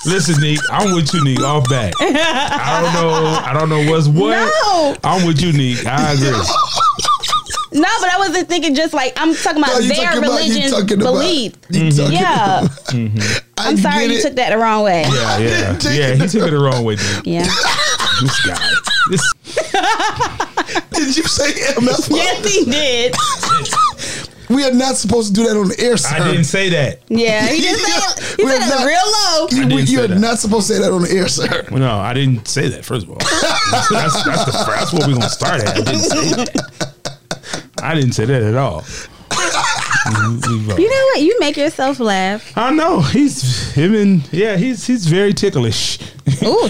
listen, Neek. I'm with you, Neek. Off back. I don't know. I don't know what's what. No. I'm with you, Neek. I *laughs* agree. No, but I wasn't thinking just like I'm talking about No, you their talking about- you religion talking about- belief. You Mm-hmm. talking- Yeah, *laughs* I I'm sorry get you it. took that the wrong way. Yeah, yeah, yeah. He took it the wrong way, Neek. *laughs* Yeah, This guy. This. *laughs* Did you say *laughs* MF? yes he did. *laughs* We are not supposed to do that on the air, sir. I didn't say that. Yeah, he *laughs* did say it. He We're said it not- real low. *laughs* You, didn't say you are that. not supposed to say that on the air, sir. Well, no, I didn't say that. First of all, that's, that's, the, that's what we're gonna start at. I didn't say that. I didn't say that at *laughs* all. Mm-hmm. You know what? You make yourself laugh. I know he's him and yeah he's he's very ticklish. *laughs* Ooh,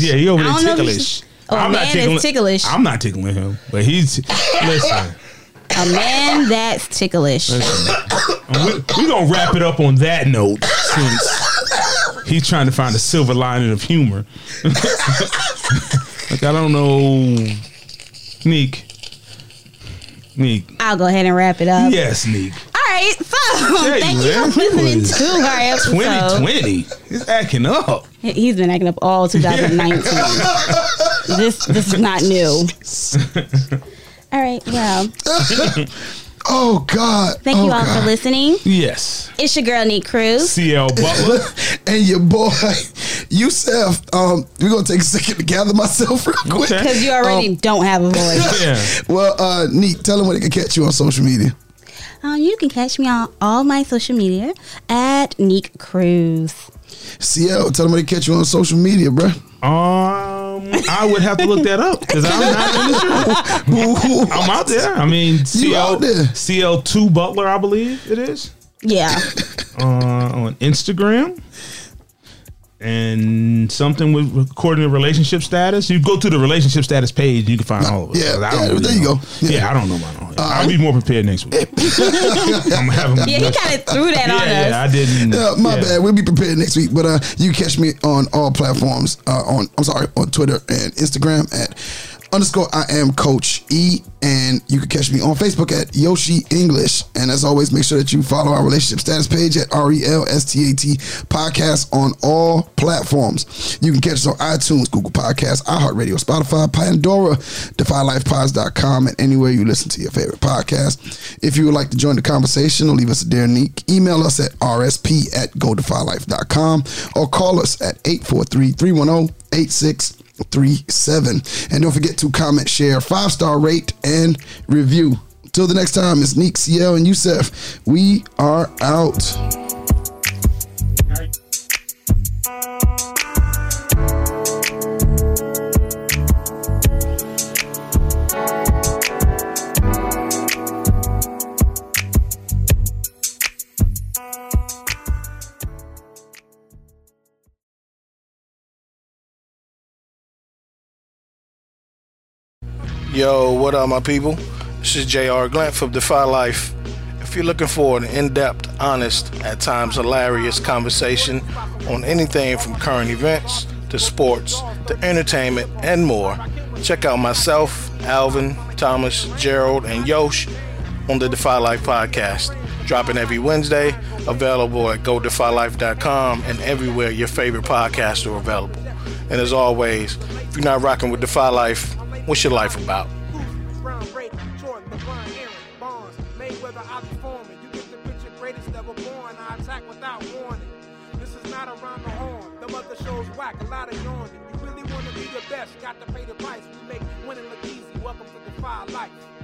*laughs* Yeah, he over I there don't know if you ticklish. should- Oh, a man is ticklish. I'm not tickling him, but he's listen. *laughs* a man that's ticklish. we we gonna wrap it up on that note since he's trying to find a silver lining of humor. *laughs* like I don't know, Neek. Neek. I'll go ahead and wrap it up. Yes, Neek. All right, so Hey, thank you man, for we listening was- to our episode. 2020. He's acting up. He's been acting up all 2019. this this is not new. *laughs* All right, well, Oh God! thank oh, you all God. for listening. Yes. It's your girl Neat Cruz. CL *laughs* Butler. And your boy *laughs* Yusef, um, we're gonna take a second to gather myself *laughs* real quick. Okay. Because you already Oh. don't have a *laughs* voice. Yeah. Well, uh, Neek, tell them where they can catch you on social media. Um, you can catch me on all my social media at Neek Cruz. CL, tell them where they can catch you on social media, bruh. Um, I would have to look that up because I'm not in the show. I'm out there. I mean, CL out there. CL two Butler, I believe it is *laughs* Yeah. uh, on Instagram and something with according to relationship status. You go to the relationship status page, you can find all of us. yeah, 'cause I yeah, don't really there you know. go. Yeah. Yeah. Uh, I don't know mine. on here. I'll be more prepared next week. *laughs* I'm gonna have a- Yeah, he kind of threw that on yeah, us. yeah, I didn't. Uh, my yeah. bad. We'll be prepared next week, but uh, you can catch me on all platforms. Uh, on I'm sorry, on Twitter and Instagram at underscore I am Coach E, and you can catch me on Facebook at Yoshi English. And as always, make sure that you follow our relationship status page at R E L S T A T podcast on all platforms. You can catch us on iTunes, Google Podcasts, iHeartRadio, Spotify, Pandora, DefyLifePods.com, and anywhere you listen to your favorite podcast. If you would like to join the conversation or leave us a dare neek, email us at rsp at godefylife.com or call us at 843-310-8637. And don't forget to comment, share, five-star rate, and review. Till the next time, it's Neek, CL, and Youssef. We are out. Yo, what up, my people? This is JR Glant from Defy Life. If you're looking for an in depth, honest, at times hilarious conversation on anything from current events to sports to entertainment and more, check out myself, Alvin, Thomas, Gerald, and Yosh on the Defy Life podcast. Dropping every Wednesday, available at godefylife.com and everywhere your favorite podcasts are available. And as always, if you're not rocking with Defy Life, what's your life about? Brown Brady, Jordan, LeBron, Aaron, Bonds, Mayweather, Ozzy Foreman. You get the picture, greatest ever born. I attack without warning. This is not around the horn. The mother shows whack, a lot of yawning. You really want to be the best, got to pay the price. We make winning look easy. Welcome to the fire life.